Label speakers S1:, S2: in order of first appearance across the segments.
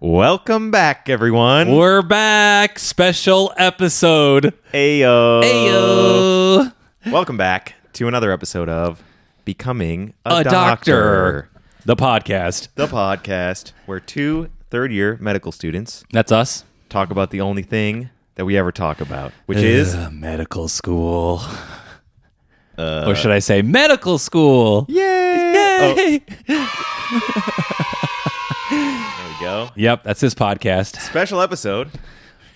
S1: Welcome back, everyone.
S2: We're back. Special episode.
S1: Ayo.
S2: Ayo.
S1: Welcome back to another episode of Becoming a,
S2: A doctor. The podcast.
S1: the podcast where two third year medical students
S2: That's us.
S1: talk about the only thing that we ever talk about, which is
S2: Ugh, medical school. or should I say medical school?
S1: Yay!
S2: Yay!
S1: Oh, there we go.
S2: Yep, that's his podcast.
S1: Special episode.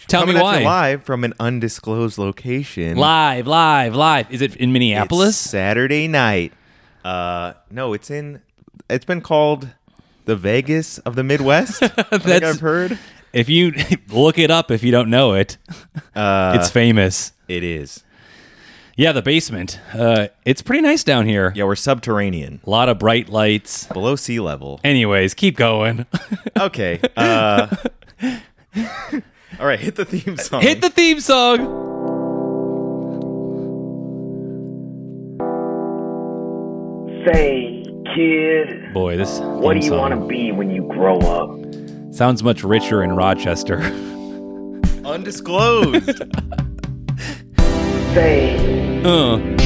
S2: Tell
S1: coming
S2: me
S1: at
S2: why.
S1: you live from an undisclosed location.
S2: Live, live, live. Is it in
S1: It's
S2: Minneapolis?
S1: Saturday night. Uh, no, it's in. It's been called the Vegas of the Midwest. I think
S2: That's-
S1: I've heard.
S2: If you look it up, if you don't know it,
S1: Uh,
S2: it's famous.
S1: it is.
S2: Yeah, the basement. Uh, it's pretty nice down here.
S1: Yeah, we're subterranean,
S2: A lot of bright lights.
S1: below sea level.
S2: Anyways, keep going.
S1: Okay. Uh, all right, hit the theme song.
S2: Hit the theme song.
S3: Say, kid,
S2: Boy, this.
S3: what do you want to be when you grow up?
S2: to? Sounds much richer in Rochester.
S1: Undisclosed.
S3: Say,
S2: uh, uh.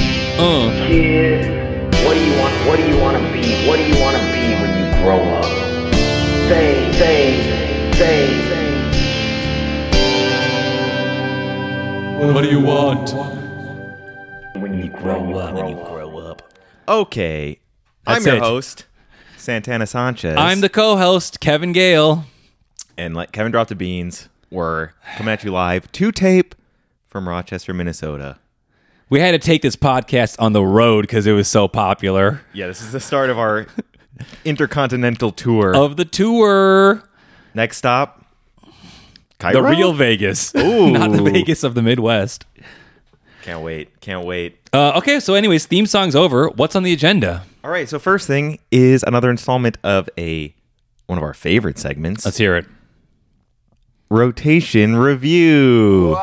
S3: kid, what do you want? What do you want to be? What do you want to be when you grow up? Say, say, say, say.
S2: What do you want?
S3: When you grow up, when you grow up.
S1: okay. I'm
S2: That's
S1: your
S2: it.
S1: host, Santana Sanchez.
S2: I'm the co-host, Kevin Gale.
S1: and like Kevin dropped the beans. We're coming at you live to tape from Rochester, Minnesota.
S2: We had to take this podcast on the road because it was so popular
S1: Yeah, this is the start of our intercontinental tour.
S2: of the tour.
S1: Next stop, Cairo.
S2: The real Vegas, not the
S1: Ooh.
S2: Vegas of the Midwest.
S1: Can't wait. Can't wait.
S2: Uh, okay, so anyways, theme song's over. What's on the agenda?
S1: All right. So first thing is another installment of a one of our favorite segments,
S2: Let's hear it.
S1: rotation review.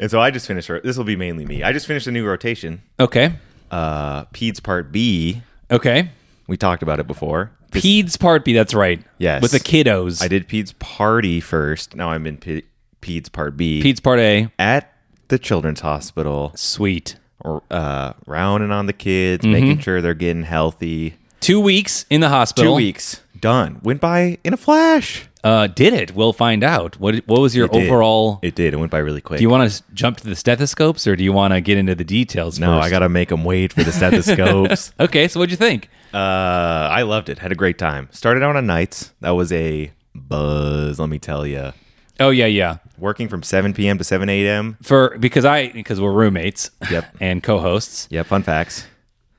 S1: And so I just finished. This will be mainly me. I just finished a new rotation.
S2: Okay,
S1: Uh, Peds Part B.
S2: okay.
S1: We talked about it before. This-
S2: Peds Part B. That's right.
S1: Yes.
S2: with the kiddos.
S1: I did Peds Party first. Now I'm in P- Peds Part B.
S2: Peds Part A.
S1: at the Children's Hospital,
S2: Sweet.
S1: or, uh, rounding on the kids, making sure they're getting healthy.
S2: Mm-hmm. Two weeks in the
S1: Two
S2: hospital.
S1: weeks done. Went by in a flash.
S2: Uh, did it? We'll find out. What What was your
S1: It did.
S2: overall?
S1: It did. It went by really quick.
S2: do you want to jump to the stethoscopes, or do you want to get into the details?
S1: no,
S2: first?
S1: I gotta make them wait for the stethoscopes.
S2: Okay, so what'd you think?
S1: Uh, I loved it. Had a great time. Started out on nights. That was a buzz. Let me tell you.
S2: Oh yeah, yeah.
S1: Working from 7 p.m. to 7 a.m.
S2: For because I because we're roommates.
S1: Yep.
S2: And co-hosts.
S1: Yeah, fun facts.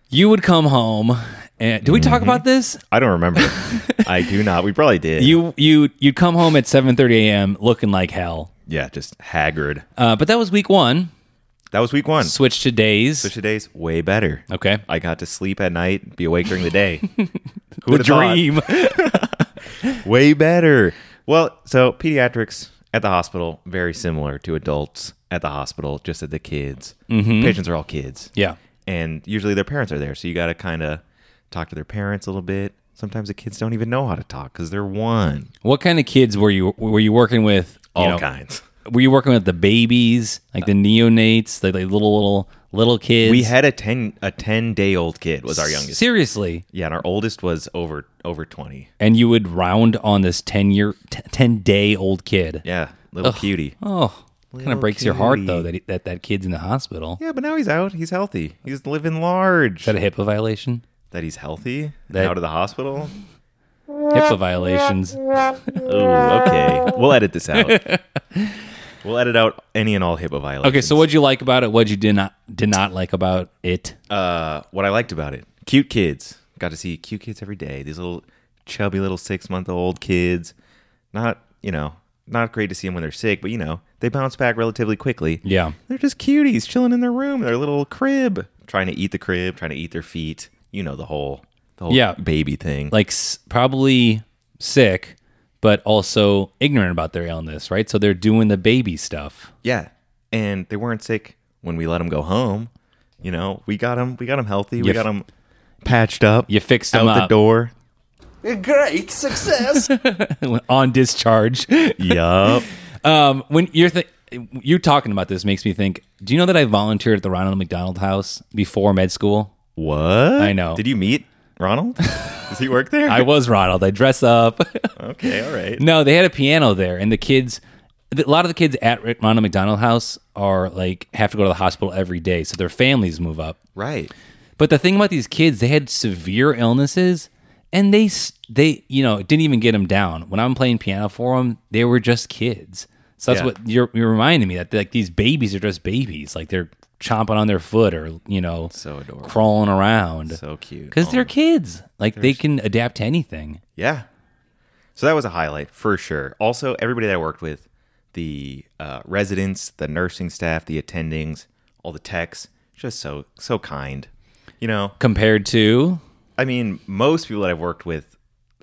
S2: You would come home and do we talk
S1: Mm-hmm.
S2: about this?
S1: I don't remember. I do not. We probably did.
S2: You you you'd come home at 7:30 a.m. looking like hell.
S1: yeah, just haggard.
S2: Uh, but that was week 1.
S1: That was week one.
S2: Switch to days.
S1: So today's way better.
S2: okay.
S1: I got to sleep at night, be awake during the day. Who
S2: The
S1: would've thought?
S2: dream.
S1: Way better. Well, so pediatrics at the hospital, very similar to adults at the hospital, just at the kids.
S2: Mm-hmm.
S1: Patients are all kids.
S2: yeah.
S1: And usually their parents are there. So you got to kind of talk to their parents a little bit. Sometimes the kids don't even know how to talk because they're one.
S2: What kind of kids were you were you working with? you know,
S1: kinds.
S2: Were you working with the babies, like the neonates, the, the little little little kids?
S1: We had a 10 a 10 day old kid was our youngest.
S2: Seriously.
S1: Yeah, and our oldest was over over 20.
S2: And you would round on this 10 year 10 day old kid.
S1: Yeah, little cutie.
S2: Oh, kind
S1: Little
S2: of breaks your heart
S1: cutie.
S2: though that, he, that that kid's in the hospital.
S1: Yeah, but now he's out. He's healthy. He's living large.
S2: Is that a HIPAA violation?
S1: that he's healthy
S2: That-
S1: out of the hospital.
S2: HIPAA violations.
S1: Oh, okay. We'll edit this out. we'll edit out any and all HIPAA violations.
S2: Okay, so what'd you like about it? What'd you did not did not like about it?
S1: uh, what I liked about it, cute kids. Got to see cute kids every day. These little chubby little six month old kids. Not you know not great to see them when they're sick, but you know they bounce back relatively quickly.
S2: Yeah.
S1: They're just cuties chilling in their room, their little crib, trying to eat the crib, trying to eat their feet. You know the whole the whole
S2: Yeah.
S1: baby thing.
S2: Like s- probably sick, but also ignorant about their illness, right? So they're doing the baby stuff.
S1: Yeah, and they weren't sick when we let them go home. You know, we got them. We got them healthy. We
S2: You
S1: got
S2: f-
S1: them patched up.
S2: You fixed them
S1: out the
S2: up.
S1: door.
S4: Great success.
S2: on discharge.
S1: yup.
S2: Um, when you're th- you talking about this makes me think. Do you know that I volunteered at the Ronald McDonald House before med school?
S1: What?
S2: I know.
S1: Did you meet Ronald? Does he work there?
S2: I was Ronald. I dress up.
S1: okay. All right.
S2: no, they had a piano there, and the kids. A lot of the kids at Ronald McDonald House are like have to go to the hospital every day, so their families move up.
S1: Right.
S2: But the thing about these kids, they had severe illnesses, and they s- they you know it didn't even get them down. When I'm playing piano for them, they were just kids. So that's
S1: Yeah.
S2: what you're, you're reminding me that like these babies are just babies, like they're chomping on their foot or you know
S1: So adorable.
S2: crawling around.
S1: So cute.
S2: because they're kids, like they can adapt to anything.
S1: Yeah. So that was a highlight for sure. Also, everybody that I worked with, the uh, residents, the nursing staff, the attendings, all the techs, just so so kind. You know,
S2: Compared to
S1: I mean, most people that I've worked with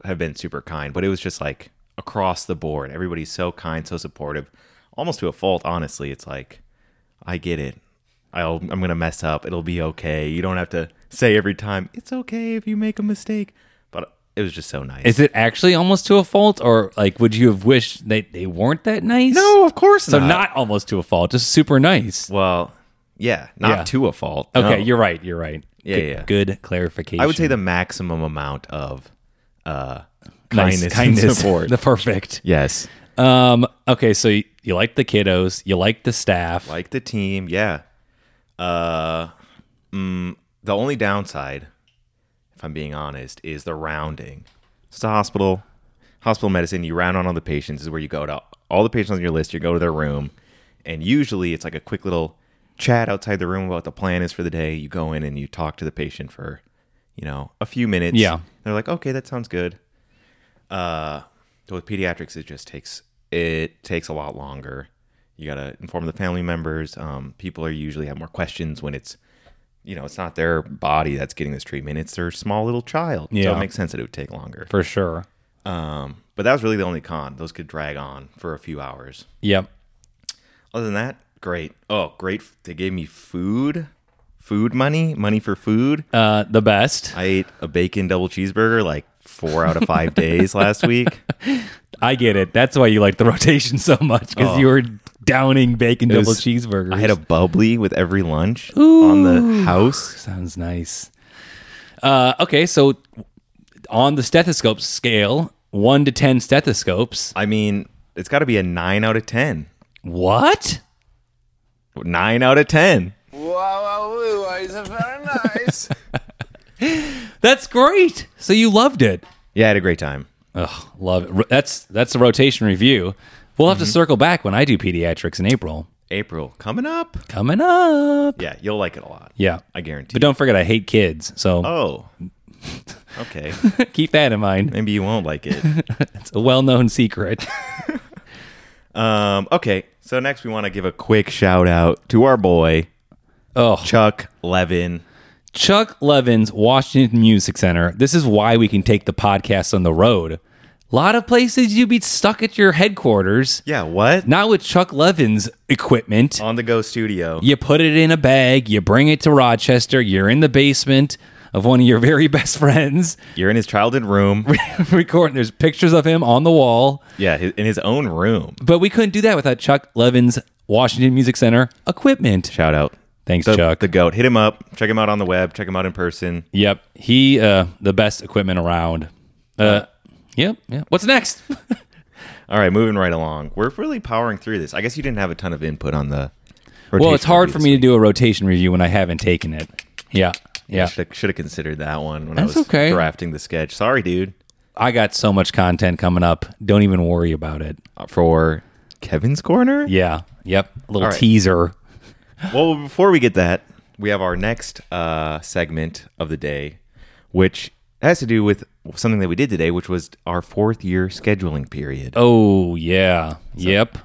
S1: have been super kind, but it was just like across the board. Everybody's so kind, so supportive, almost to a fault. Honestly, it's like I get it. I'll, I'm gonna mess up. It'll be okay. You don't have to say every time it's okay if you make a mistake. But it was just so nice.
S2: is it actually almost to a fault, or like would you have wished that they weren't that nice?
S1: no, of course
S2: so
S1: not.
S2: not almost to a fault, just super nice.
S1: Well, yeah, not
S2: Yeah.
S1: to a fault.
S2: Okay,
S1: no.
S2: you're right. You're right.
S1: Yeah,
S2: good,
S1: yeah.
S2: good clarification.
S1: I would say the maximum amount of uh,
S2: Nice,
S1: kindness, kindness, and support.
S2: the perfect.
S1: yes,
S2: Um. Okay, so you, you like the kiddos, you like the staff.
S1: like the team. Yeah. Uh, mm, the only downside, if I'm being honest, is the rounding. It's a hospital, hospital medicine. You round on all the patients. Is where you go to all the patients on your list. You go to their room, and usually it's like a quick little chat outside the room about what the plan is for the day. You go in and you talk to the patient for, you know, a few minutes.
S2: Yeah.
S1: They're like, okay, that sounds good. Uh, but with pediatrics, it just takes it takes a lot longer. You gotta inform the family members. Um, people are usually have more questions when it's, you know, it's not their body that's getting this treatment; it's their small little child. So
S2: Yeah.
S1: it makes sense that it would take longer.
S2: for sure.
S1: Um, but that was really the only con. Those could drag on for a few hours.
S2: Yep.
S1: Other than that, great. Oh, great! They gave me food, food money, money for food.
S2: Uh, the best.
S1: I ate a bacon double cheeseburger like four out of five days last week.
S2: I get it. That's why you like the rotation so much because you were downing bacon double
S1: Oh. was-
S2: cheeseburgers.
S1: I had a bubbly with every lunch on the house.
S2: sounds nice. Uh. Okay, so on the stethoscope scale, one to ten stethoscopes.
S1: I mean, it's got to be a nine out of ten.
S2: What?
S1: Nine out of ten.
S4: wow, wow, woo, wow, it's very nice.
S2: That's great. So you loved it.
S1: Yeah, I had a great time.
S2: Ugh, love it. Ro- That's that's a rotation review. We'll
S1: Mm-hmm.
S2: have to circle back when I do pediatrics in April.
S1: April coming up.
S2: Coming up.
S1: Yeah, you'll like it a lot.
S2: Yeah.
S1: I guarantee.
S2: But don't forget I hate kids. So
S1: oh, okay.
S2: keep that in mind.
S1: Maybe you won't like it.
S2: It's a well-known secret.
S1: Um, okay, so next we want to give a quick shout out to our boy
S2: Oh,
S1: Chuck Levin.
S2: Chuck Levin's Washington Music Center. This is why we can take the podcast on the road. A lot of places you'd be stuck at your headquarters.
S1: Yeah, Oh. what
S2: Not with Chuck Levin's equipment.
S1: on the go studio?
S2: You put it in a bag, you bring it to Rochester, you're in the basement of one of your very best friends.
S1: You're in his childhood room.
S2: recording. There's pictures of him on the wall,
S1: yeah, hi- in his own room.
S2: but we couldn't do that without Chuck Levin's Washington Music Center equipment.
S1: Shout out.
S2: Thanks,
S1: The,
S2: Chuck.
S1: the goat. Hit him up. Check him out on the web. Check him out in person.
S2: yep, he uh, the best equipment around. Uh, yep, yep. What's next?
S1: All right, moving right along. We're really powering through this. I guess you didn't have a ton of input on the.
S2: well, it's hard for me to do a rotation review when I haven't taken it. Yeah, yeah.
S1: Should have considered that one when
S2: That's
S1: I was
S2: okay.
S1: drafting the sketch. Sorry, dude.
S2: I got so much content coming up. Don't even worry about it.
S1: For Kevin's corner.
S2: Yeah, yep. A little
S1: All right.
S2: teaser.
S1: Well, before we get that, we have our next uh, segment of the day, which has to do with something that we did today, which was our fourth year scheduling period.
S2: Oh yeah, yep.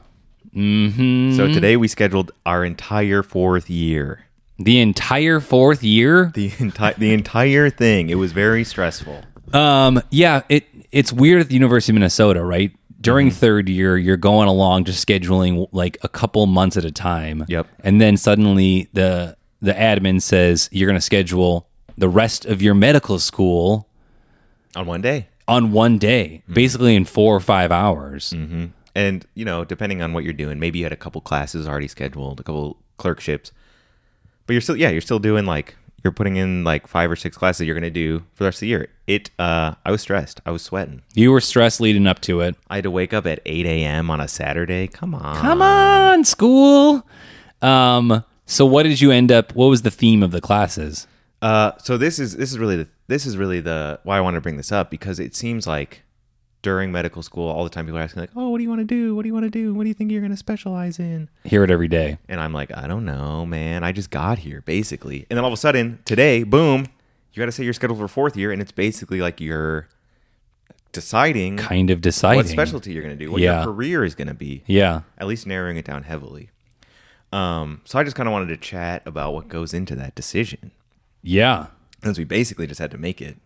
S1: So today we scheduled our entire fourth year.
S2: The entire fourth year.
S1: The entire the entire thing. It was very stressful.
S2: Um, yeah, it it's weird at the University of Minnesota, right? During third year, you're going along just scheduling like a couple months at a time.
S1: Yep.
S2: And then suddenly the the admin says you're going to schedule the rest of your medical school
S1: on one day.
S2: on one day, basically in four or five hours.
S1: And, you know, depending on what you're doing, maybe you had a couple classes already scheduled, a couple clerkships. But you're still yeah, you're still doing like you're putting in like five or six classes you're gonna do for the rest of the year. It uh I was stressed. I was sweating.
S2: You were stressed leading up to it.
S1: I had to wake up at eight AM on a Saturday. Come on.
S2: Come on, school. Um, so what did you end up? What was the theme of the classes?
S1: Uh, so this is this is really the this is really the why I wanted to bring this up because it seems like during medical school all the time people are asking like, "Oh, what do you want to do? What do you want to do? What do you think you're going to specialize in?"
S2: Hear it every day.
S1: And I'm like, "I don't know, man. I just got here basically." And then all of a sudden, today, boom, you got to say you're scheduled for fourth year and it's basically like you're deciding
S2: Kind of deciding.
S1: what specialty you're going to do, what
S2: Yeah.
S1: your career is going to be
S2: Yeah.
S1: at least narrowing it down heavily. Um, so I just kind of wanted to chat about what goes into that decision
S2: Yeah.
S1: since we basically just had to make it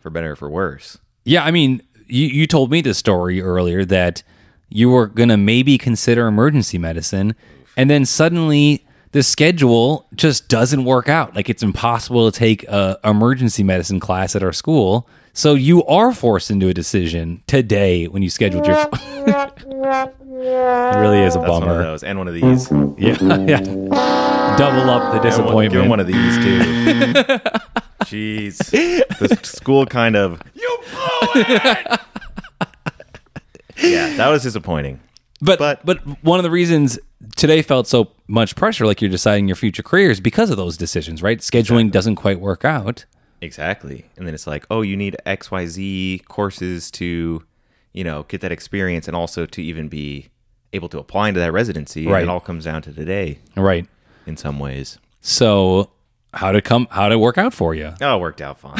S1: for better or for worse.
S2: Yeah, I mean, you, you told me the story earlier that you were going to maybe consider emergency medicine, and then suddenly the schedule just doesn't work out. Like it's impossible to take a emergency medicine class at our school. So you are forced into a decision today when you scheduled your. it really is a
S1: That's one of
S2: bummer.
S1: those, and one of these. Give
S2: Yeah, yeah. Double up
S1: him
S2: the
S1: one-
S2: disappointment.
S1: Give him one of these too. Jeez, the school kind of you blew it. yeah, that was disappointing.
S2: But, but
S1: But-
S2: one of the reasons today felt so much pressure, like you're deciding your future career, is because of those decisions, right? Scheduling doesn't quite work out.
S1: Exactly, and then it's like, oh, you need X Y Z courses to, you know, get that experience, and also to even be able to apply into that residency.
S2: Right.
S1: And it all comes down to today
S2: Right.
S1: in some ways.
S2: So how to come how to work out for you.
S1: Oh, it worked out fine.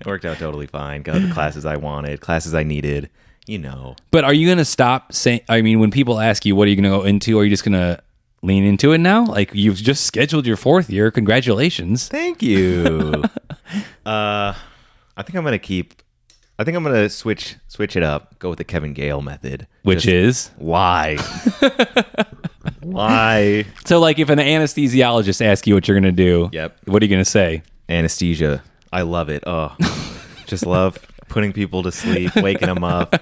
S1: it worked out totally fine. Got the classes I wanted, classes I needed. You know,
S2: But are you gonna stop saying I mean, when people ask you what are you gonna go into, are you just gonna lean into it now? Like you've just scheduled your fourth year. Congratulations.
S1: thank you. uh, I think I'm gonna keep. I think I'm gonna switch switch it up. Go with the Kevin Gale method,
S2: Which
S1: Just
S2: is
S1: lie, lie,
S2: so like if an anesthesiologist asks you what you're gonna do,
S1: Yep.
S2: what are you gonna say?
S1: anesthesia. I love it. Oh, just love putting people to sleep, waking them up,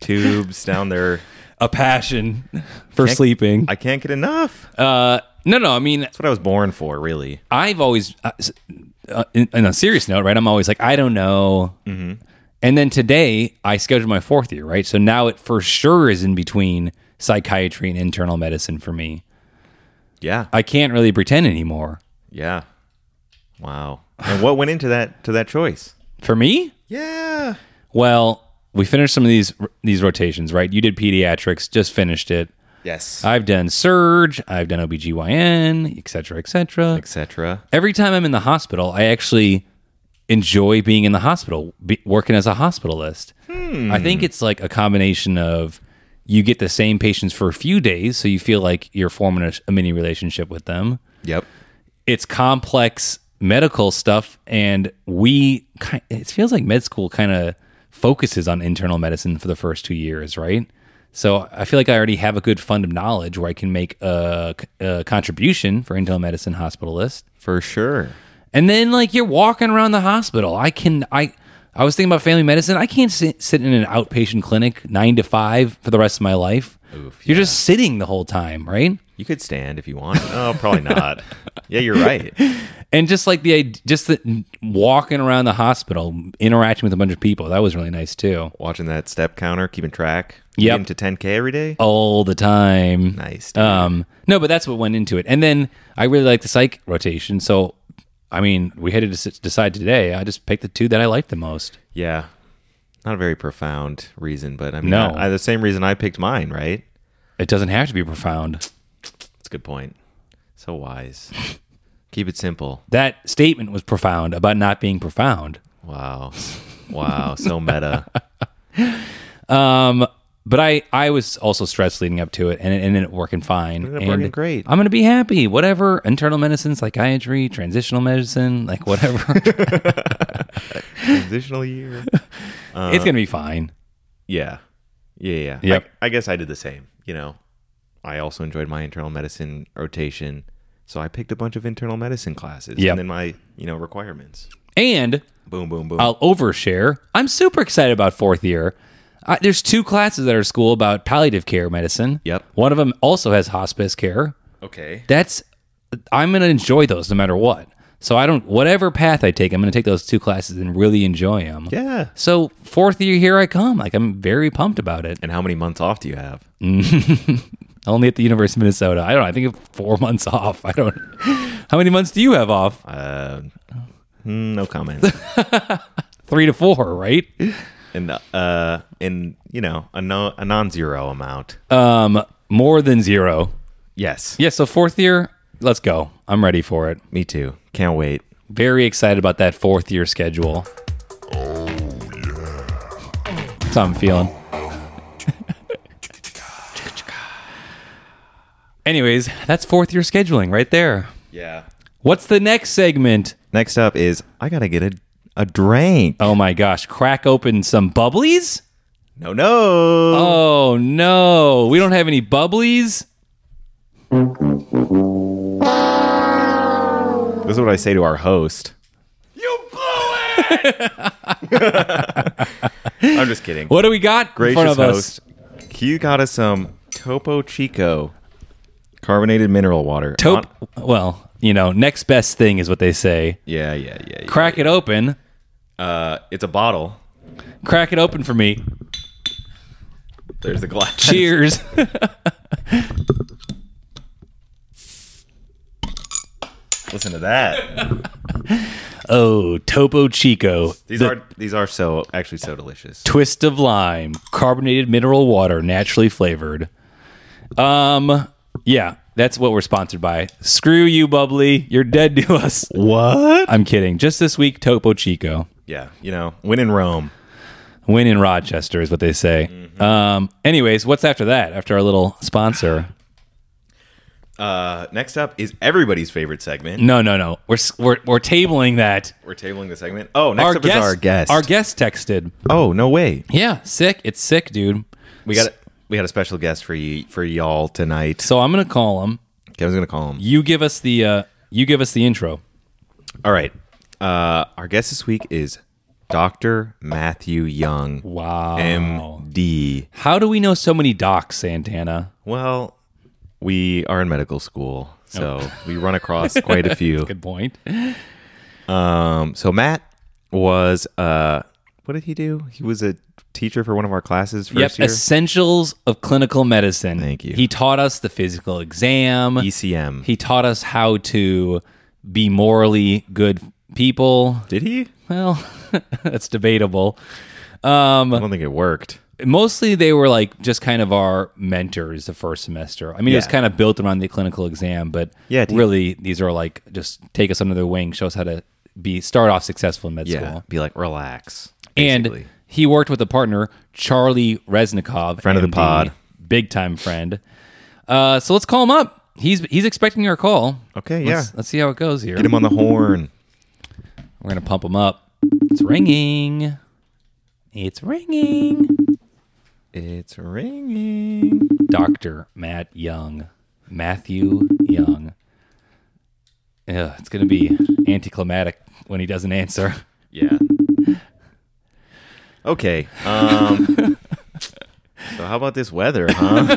S1: tubes down their.
S2: A passion for sleeping.
S1: I can't get enough. That's
S2: uh no no, I mean
S1: what I was born for, really.
S2: I've always, uh, s- uh, in, on a serious note, right? I'm always like, I don't know. And then today, I scheduled my fourth year, right? So now it for sure is in between psychiatry and internal medicine for me.
S1: Yeah,
S2: I can't really pretend anymore.
S1: Yeah. Wow. And what went into that to that choice?
S2: For me,
S1: Yeah.
S2: well, we finished some of these these rotations, right? You did pediatrics, just finished it.
S1: Yes.
S2: I've done surge, I've done OBGYN, et cetera, et cetera.
S1: Etc.
S2: every time I'm in the hospital, I actually enjoy being in the hospital, be, working as a hospitalist. I think it's like a combination of you get the same patients for a few days, so you feel like you're forming a, a mini relationship with them.
S1: Yep.
S2: It's complex medical stuff, and we ki- it feels like med school kind of focuses on internal medicine for the first two years, right? So I feel like I already have a good fund of knowledge where I can make a, a contribution for internal medicine hospitalist.
S1: For sure.
S2: And then like you're walking around the hospital. I can I I was thinking about family medicine. I can't sit, sit in an outpatient clinic 9 to 5 for the rest of my life. you're just sitting the whole time, right?
S1: You could stand if you want. Oh, probably not. yeah, you're right.
S2: And just like the id- just the, walking around the hospital, interacting with a bunch of people. That was really nice too.
S1: Watching that step counter, keeping track.
S2: Yep.
S1: Getting to 10k every day.
S2: All the time.
S1: Nice. dude.
S2: Um no, but that's what went into it. And then I really like the psych rotation, so I mean, we had to dec- decide today. I just picked the two that I liked the most.
S1: yeah. Not a very profound reason, but I mean,
S2: No.
S1: I- I- the same reason I picked mine, right?
S2: It doesn't have to be profound.
S1: That's a good point. So wise. Keep it simple.
S2: That statement was profound about not being profound.
S1: Wow. Wow. So meta.
S2: Um, but I, I was also stressed leading up to it, and it ended up working fine.
S1: ended up
S2: and
S1: working great.
S2: I'm gonna be happy. Whatever internal medicine, psychiatry, transitional medicine, like whatever,
S1: Uh-huh. Transitional year.
S2: it's gonna be fine.
S1: Yeah. Yeah. Yeah. yeah.
S2: Yep.
S1: I, I guess I did the same. You know, I also enjoyed my internal medicine rotation. So I picked a bunch of internal medicine classes
S2: Yep.
S1: and then my, you know, requirements.
S2: And
S1: Boom, boom, boom.
S2: I'll overshare. I'm super excited about fourth year. I, there's two classes at our school about palliative care medicine.
S1: Yep.
S2: One of them also has hospice care.
S1: okay.
S2: That's I'm going to enjoy those no matter what. So I don't whatever path I take, I'm going to take those two classes and really enjoy them.
S1: Yeah.
S2: So fourth year here I come. Like I'm very pumped about it.
S1: And how many months off do you have?
S2: Only at the University of Minnesota. I don't. know. I think four months off. I don't. How many months do you have off?
S1: Uh, mm, no comment.
S2: Three to four, right?
S1: and uh, and you know, a, no, a non-zero amount.
S2: Um, more than zero.
S1: yes.
S2: Yeah. So fourth year, let's go. I'm ready for it.
S1: Me too. Can't wait.
S2: Very excited about that fourth year schedule. Oh yeah. That's how I'm feeling. Anyways, that's fourth year scheduling right there.
S1: Yeah.
S2: What's the next segment?
S1: Next up is I gotta get a a drink.
S2: Oh my gosh, crack open some bubblies?
S1: No, no.
S2: Oh no, we don't have any bubblies.
S1: This is what I say to our host. You blew it. I'm just kidding.
S2: What do we got in front
S1: Gracious
S2: of
S1: host,
S2: us?
S1: Q got us some Topo Chico carbonated mineral water.
S2: Tope.
S1: On-
S2: Well, you know, next best thing is what they say.
S1: yeah, yeah, yeah. yeah.
S2: Crack it open.
S1: Uh, it's a bottle.
S2: Crack it open for me.
S1: There's the glass.
S2: Cheers.
S1: Listen to that.
S2: oh, Topo Chico.
S1: These
S2: The
S1: are these are so actually so delicious.
S2: twist of lime, carbonated mineral water, naturally flavored. Um, yeah, that's what we're sponsored by. Screw you, bubbly. You're dead to us.
S1: What?
S2: I'm kidding. Just this week, Topo Chico.
S1: Yeah, you know, when in Rome.
S2: Win in Rochester is what they say.
S1: Mm-hmm.
S2: Um, anyways, what's after that? After our little sponsor?
S1: Uh, next up is everybody's favorite segment.
S2: No, no, no. We're s- we're, we're tabling that.
S1: We're tabling the segment. Oh, next up is our guest.
S2: Our guest texted.
S1: oh, no way.
S2: Yeah, sick. It's sick, dude.
S1: We got a, we got a special guest for you for y'all tonight.
S2: So I'm gonna call him.
S1: Kevin's gonna call him.
S2: You give us the uh, you give us the intro.
S1: All right. Uh, our guest this week is Dr. Matthew Young.
S2: Wow.
S1: MD.
S2: How do we know so many docs, Santana?
S1: Well, we are in medical school, so we run across quite a few.
S2: Good point.
S1: Um, so Matt was uh, what did he do? He was a teacher for one of our classes
S2: Yep.
S1: first year.
S2: Essentials of clinical medicine.
S1: Thank you.
S2: He taught us the physical exam.
S1: E ECM.
S2: He taught us how to be morally good people.
S1: did he?
S2: Well, that's debatable. Um,
S1: I don't think it worked.
S2: Mostly they were like just kind of our mentors the first semester. I mean, it was
S1: Yeah.
S2: kind of built around the clinical exam, but
S1: Yeah, do you-
S2: really these are like just take us under their wing, show us how to be start off successful in med
S1: Yeah,
S2: school.
S1: be like relax.
S2: And
S1: basically.
S2: he worked with a partner, Charlie Reznikov,
S1: Friend of the
S2: MD,
S1: pod.
S2: big time friend. Uh, so let's call him up. He's he's expecting our call.
S1: okay, yeah,
S2: Let's, uh, let's see how it goes here.
S1: get him on the horn.
S2: We're gonna pump them up. It's ringing. It's ringing.
S1: It's ringing.
S2: Doctor Matt Young, Matthew Young. Ugh, it's gonna be anticlimactic when he doesn't answer.
S1: Yeah. Okay. Um. so how about this weather, huh?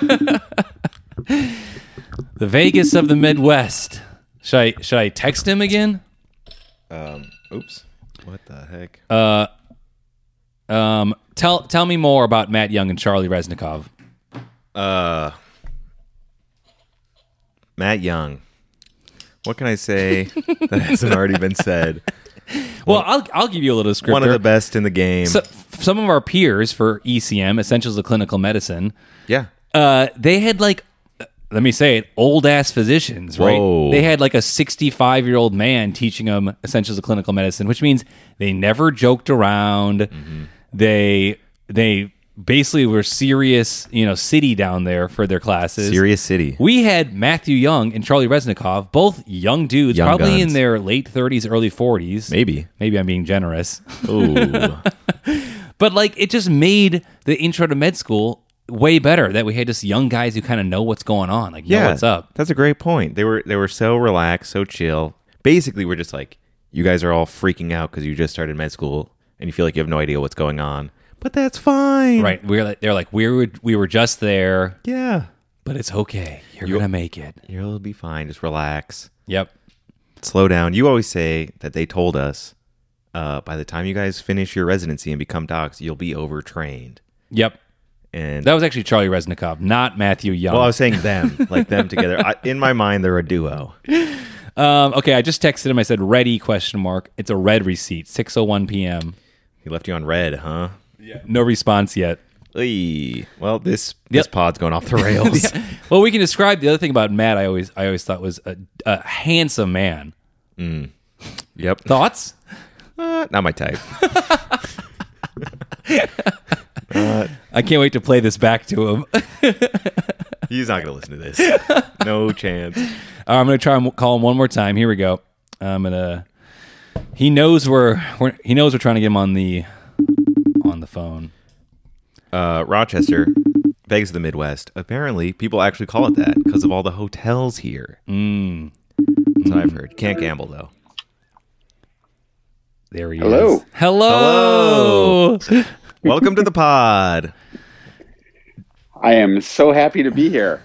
S2: The Vegas of the Midwest. Should I should I text him again?
S1: Oops. What the heck?
S2: Um, tell tell me more about Matt Young and Charlie Reznikov.
S1: Uh, Matt Young. What can I say that hasn't already been said?
S2: Well, I'll I'll give you a little descriptor.
S1: One of the best in the game.
S2: So, f- some of our peers for ECM, Essentials of Clinical Medicine,
S1: yeah.
S2: uh, they had like, uh, let me say it, old ass physicians, right?
S1: Whoa.
S2: They had like a 65 year old man teaching them essentials of clinical medicine, which means they never joked around.
S1: Mm-hmm.
S2: They they basically were serious, you know, city down there for their classes.
S1: Serious City.
S2: We had Matthew Young and Charlie Reznikov, both young dudes,
S1: Young
S2: probably
S1: guns.
S2: in their late 30s, early 40s.
S1: Maybe.
S2: Maybe I'm being generous.
S1: Ooh.
S2: But like it just made the intro to med school way better that we had just young guys who kind of know what's going on, like know what's up.
S1: That's a great point. They were they were so relaxed, so chill. Basically, we're just like, you guys are all freaking out because you just started med school and you feel like you have no idea what's going on. But that's fine,
S2: Right? We're like, they're like, we were we were just there,
S1: Yeah,
S2: but it's okay. You're gonna make it.
S1: you'll be fine. Just relax,
S2: Yep.
S1: slow down. You always say that they told us, uh, by the time you guys finish your residency and become docs, you'll be overtrained.
S2: Yep.
S1: And
S2: That was actually Charlie Reznikov, not Matthew Young.
S1: well, I was saying them, like them together. I, in my mind, they're a duo.
S2: um, okay, I just texted him. I said, "Ready?" Question mark. It's a red receipt. 6:01 p.m.
S1: He left you on red, huh?
S2: No response yet.
S1: Eey. Well, this this
S2: Yep.
S1: pod's going off the rails.
S2: Well, we can describe the other thing about Matt. I always I always thought was a, a handsome man.
S1: Yep.
S2: Thoughts?
S1: Uh, not my type.
S2: I can't wait to play this back to him. Uh,
S1: He's not going to listen to this. No chance.
S2: I'm gonna try and call him one more time. Here we go. I'm gonna. He knows we're, we're he knows we're trying to get him on the on the phone.
S1: Uh, Rochester, Vegas of the Midwest. Apparently, people actually call it that because of all the hotels here. Mm. That's what I've heard. Can't gamble, though.
S2: There he
S5: Hello.
S2: is. Hello. Hello.
S1: Welcome to the pod.
S5: I am so happy to be here.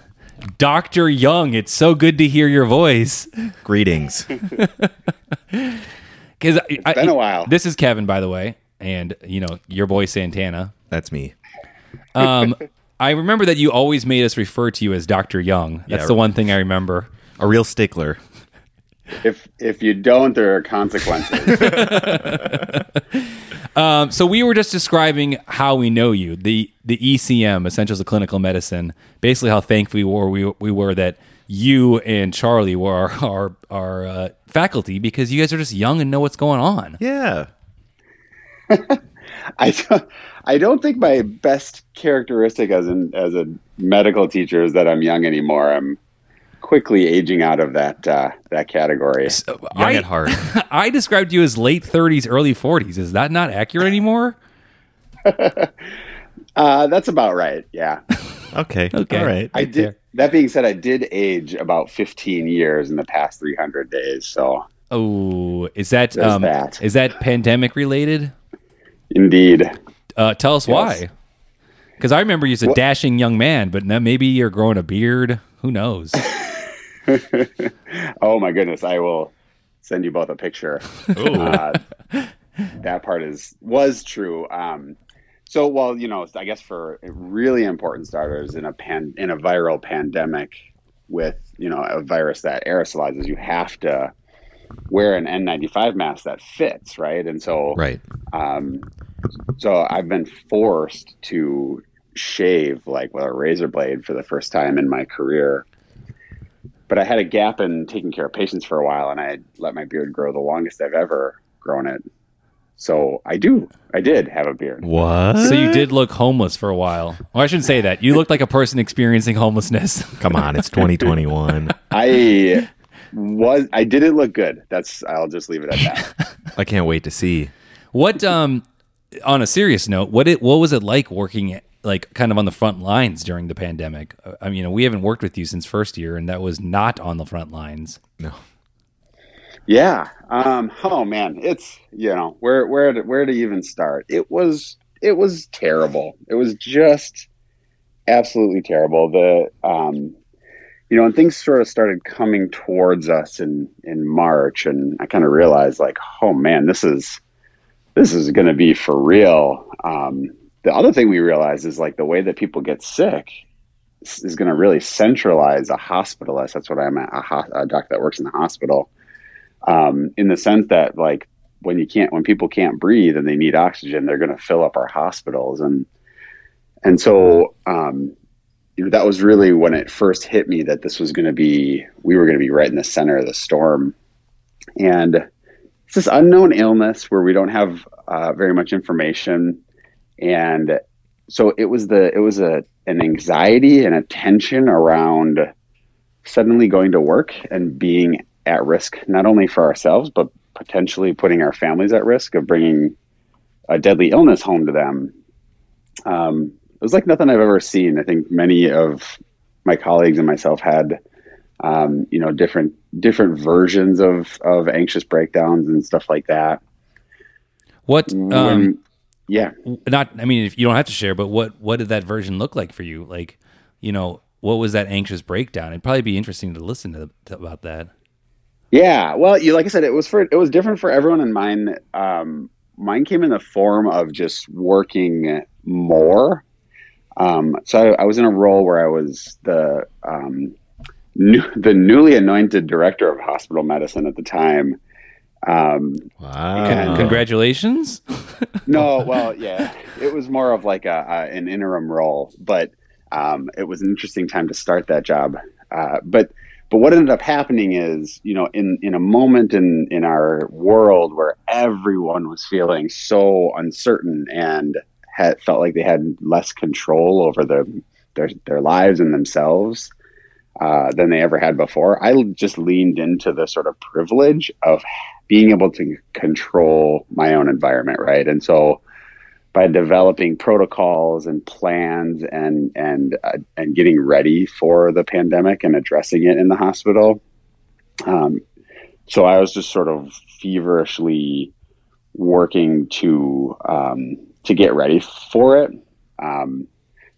S2: Doctor Young. It's so good to hear your voice.
S1: Greetings.
S2: Because I,
S5: been a while.
S2: This is Kevin, by the way, and you know your boy Santana.
S1: That's me.
S2: Um, I remember that you always made us refer to you as Doctor Young. That's
S1: Yeah.
S2: the one thing I remember.
S1: A real stickler.
S5: If if you don't, there are consequences.
S2: Um, so we were just describing how we know you, the the ECM, Essentials of Clinical Medicine. Basically, how thankful we were we, we were that you and Charlie were our our, our uh, faculty because you guys are just young and know what's going on.
S1: Yeah.
S5: I don't, I don't think my best characteristic as an as a medical teacher is that I'm young anymore. I'm quickly aging out of that uh, that category.
S1: Young
S2: I,
S1: at heart.
S2: I described you as late thirties, early forties. Is that not accurate anymore?
S5: Uh, that's about right. Yeah.
S1: Okay.
S2: Okay.
S1: All right.
S5: I
S2: there.
S5: did. That being said, I did age about 15 years in the past 300 days. So
S2: Oh, is that
S5: There's
S2: um,
S5: that.
S2: is that pandemic related?
S5: indeed.
S2: Uh, tell us
S5: Yes.
S2: why. Because I remember you as a dashing young man, but now maybe you're growing a beard. Who knows?
S5: Oh my goodness! I will send you both a picture. Uh, that part is was true. Um, so, well, you know, I guess for really important starters in a pan in a viral pandemic with you know a virus that aerosolizes, you have to wear an N95 mask that fits, right? And so,
S1: Right.
S5: um, so I've been forced to shave like with a razor blade for the first time in my career. But I had a gap in taking care of patients for a while, and I had let my beard grow the longest I've ever grown it. So I do, I did have a beard.
S1: What?
S2: So you did look homeless for a while. Well, I shouldn't say that. You looked like a person experiencing homelessness.
S1: Come on. It's 2021.
S5: I was, I didn't look good. That's, I'll just leave it at that.
S1: I can't wait to see.
S2: What um on a serious note, what it what was it like working like kind of on the front lines during the pandemic? Uh, I mean, you know, we haven't worked with you since first year and that was not on the front lines.
S1: No.
S5: Yeah. Um, oh man, it's you know where where to, where to even start? It was it was terrible. It was just absolutely terrible. The um, you know, and things sort of started coming towards us in in March, and I kind of realized like, oh man, this is this is going to be for real. Um, the other thing we realized is like the way that people get sick is, is going to really centralize a hospitalist. That's what I'm a, a, ho- a doctor that works in the hospital um, in the sense that like when you can't when people can't breathe and they need oxygen they're going to fill up our hospitals and and so um, you know that was really when it first hit me that this was going to be we were going to be right in the center of the storm and it's this unknown illness where we don't have uh, very much information and so it was the it was a an anxiety and a tension around suddenly going to work and being at risk not only for ourselves but potentially putting our families at risk of bringing a deadly illness home to them um, It was like nothing I've ever seen. I think many of my colleagues and myself had, um, you know, different different versions of of anxious breakdowns and stuff like that.
S2: What? Um,
S5: When- yeah,
S2: not. I mean, if you don't have to share, but what? What did that version look like for you? Like, you know, what was that anxious breakdown? It'd probably be interesting to listen to, to about that.
S5: Yeah, well, you like I said, it was for it was different for everyone, and mine um, mine came in the form of just working more. Um, so I, I was in a role where I was the um, new, the newly anointed director of hospital medicine at the time. Um,
S1: Wow.
S2: Con- Congratulations.
S5: no, well, yeah, it was more of like a, a an interim role, but um, it was an interesting time to start that job. Uh, but but what ended up happening is, you know, in in a moment in in our world where everyone was feeling so uncertain and had felt like they had less control over their their their lives and themselves. Uh, than they ever had before. I just leaned into the sort of privilege of being able to control my own environment, right? And so by developing protocols and plans and and uh, and getting ready for the pandemic and addressing it in the hospital, um, so I was just sort of feverishly working to um, to get ready for it. Um,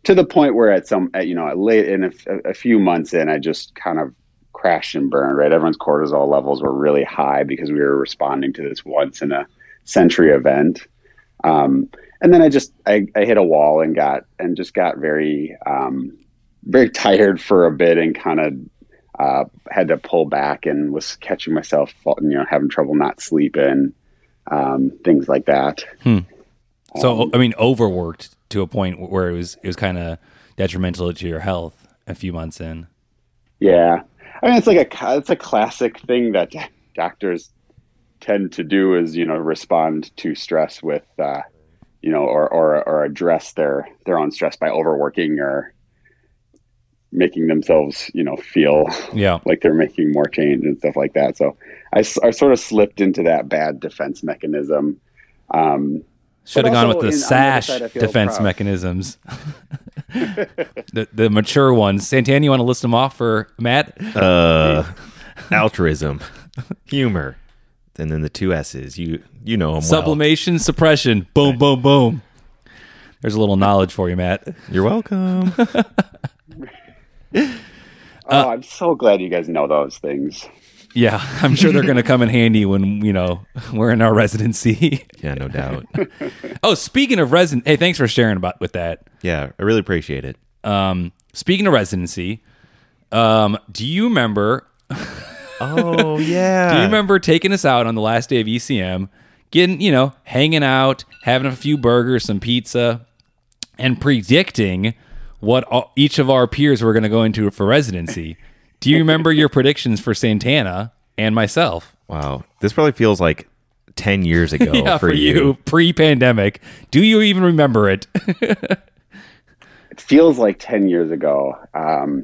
S5: to the point where at some at, you know at late in a, a few months in, I just kind of crashed and burned. Right, everyone's cortisol levels were really high because we were responding to this once in a century event. Um, and then I just I, I hit a wall and got and just got very um, very tired for a bit and kind of uh, had to pull back and was catching myself you know having trouble not sleeping um, things like that.
S2: So I mean, overworked to a point where it was it was kind of detrimental to your health. A few months in,
S5: Yeah, I mean it's like a ca- it's a classic thing that doctors tend to do is you know respond to stress with uh, you know or, or or address their their own stress by overworking or making themselves you know feel
S2: yeah.
S5: like they're making more change and stuff like that. So I, s- I sort of slipped into that bad defense mechanism. Um,
S2: Should have gone with
S5: also
S2: the
S5: in- on the other
S2: sash
S5: side, I feel
S2: defense
S5: proud.
S2: mechanisms. the the mature ones. Santana, you want to list them off for Matt?
S1: Uh, altruism, humor, and then the two S's. You you know them
S2: Sublimation, suppression. Boom, boom, boom. There's a little knowledge for you, Matt.
S1: well. You're welcome.
S5: oh, I'm so glad you guys know those things.
S2: Yeah, I'm sure they're going to come in handy when you know we're in our residency.
S1: yeah, no doubt.
S2: oh, speaking of resident, hey, thanks for sharing about with that.
S1: Yeah, I really appreciate it.
S2: Um, speaking of residency, um, do you remember
S1: Oh yeah.
S2: Do you remember taking us out on the last day of ECM, getting, you know, hanging out, having a few burgers, some pizza, and predicting what all, each of our peers were going to go into for residency? Do you remember your predictions for Santana and myself?
S1: Wow, this probably feels like ten years ago
S2: Yeah,
S1: Oh, for, you.
S2: pre pandemic. Do you even remember it?
S5: It feels like 10 years ago. Um,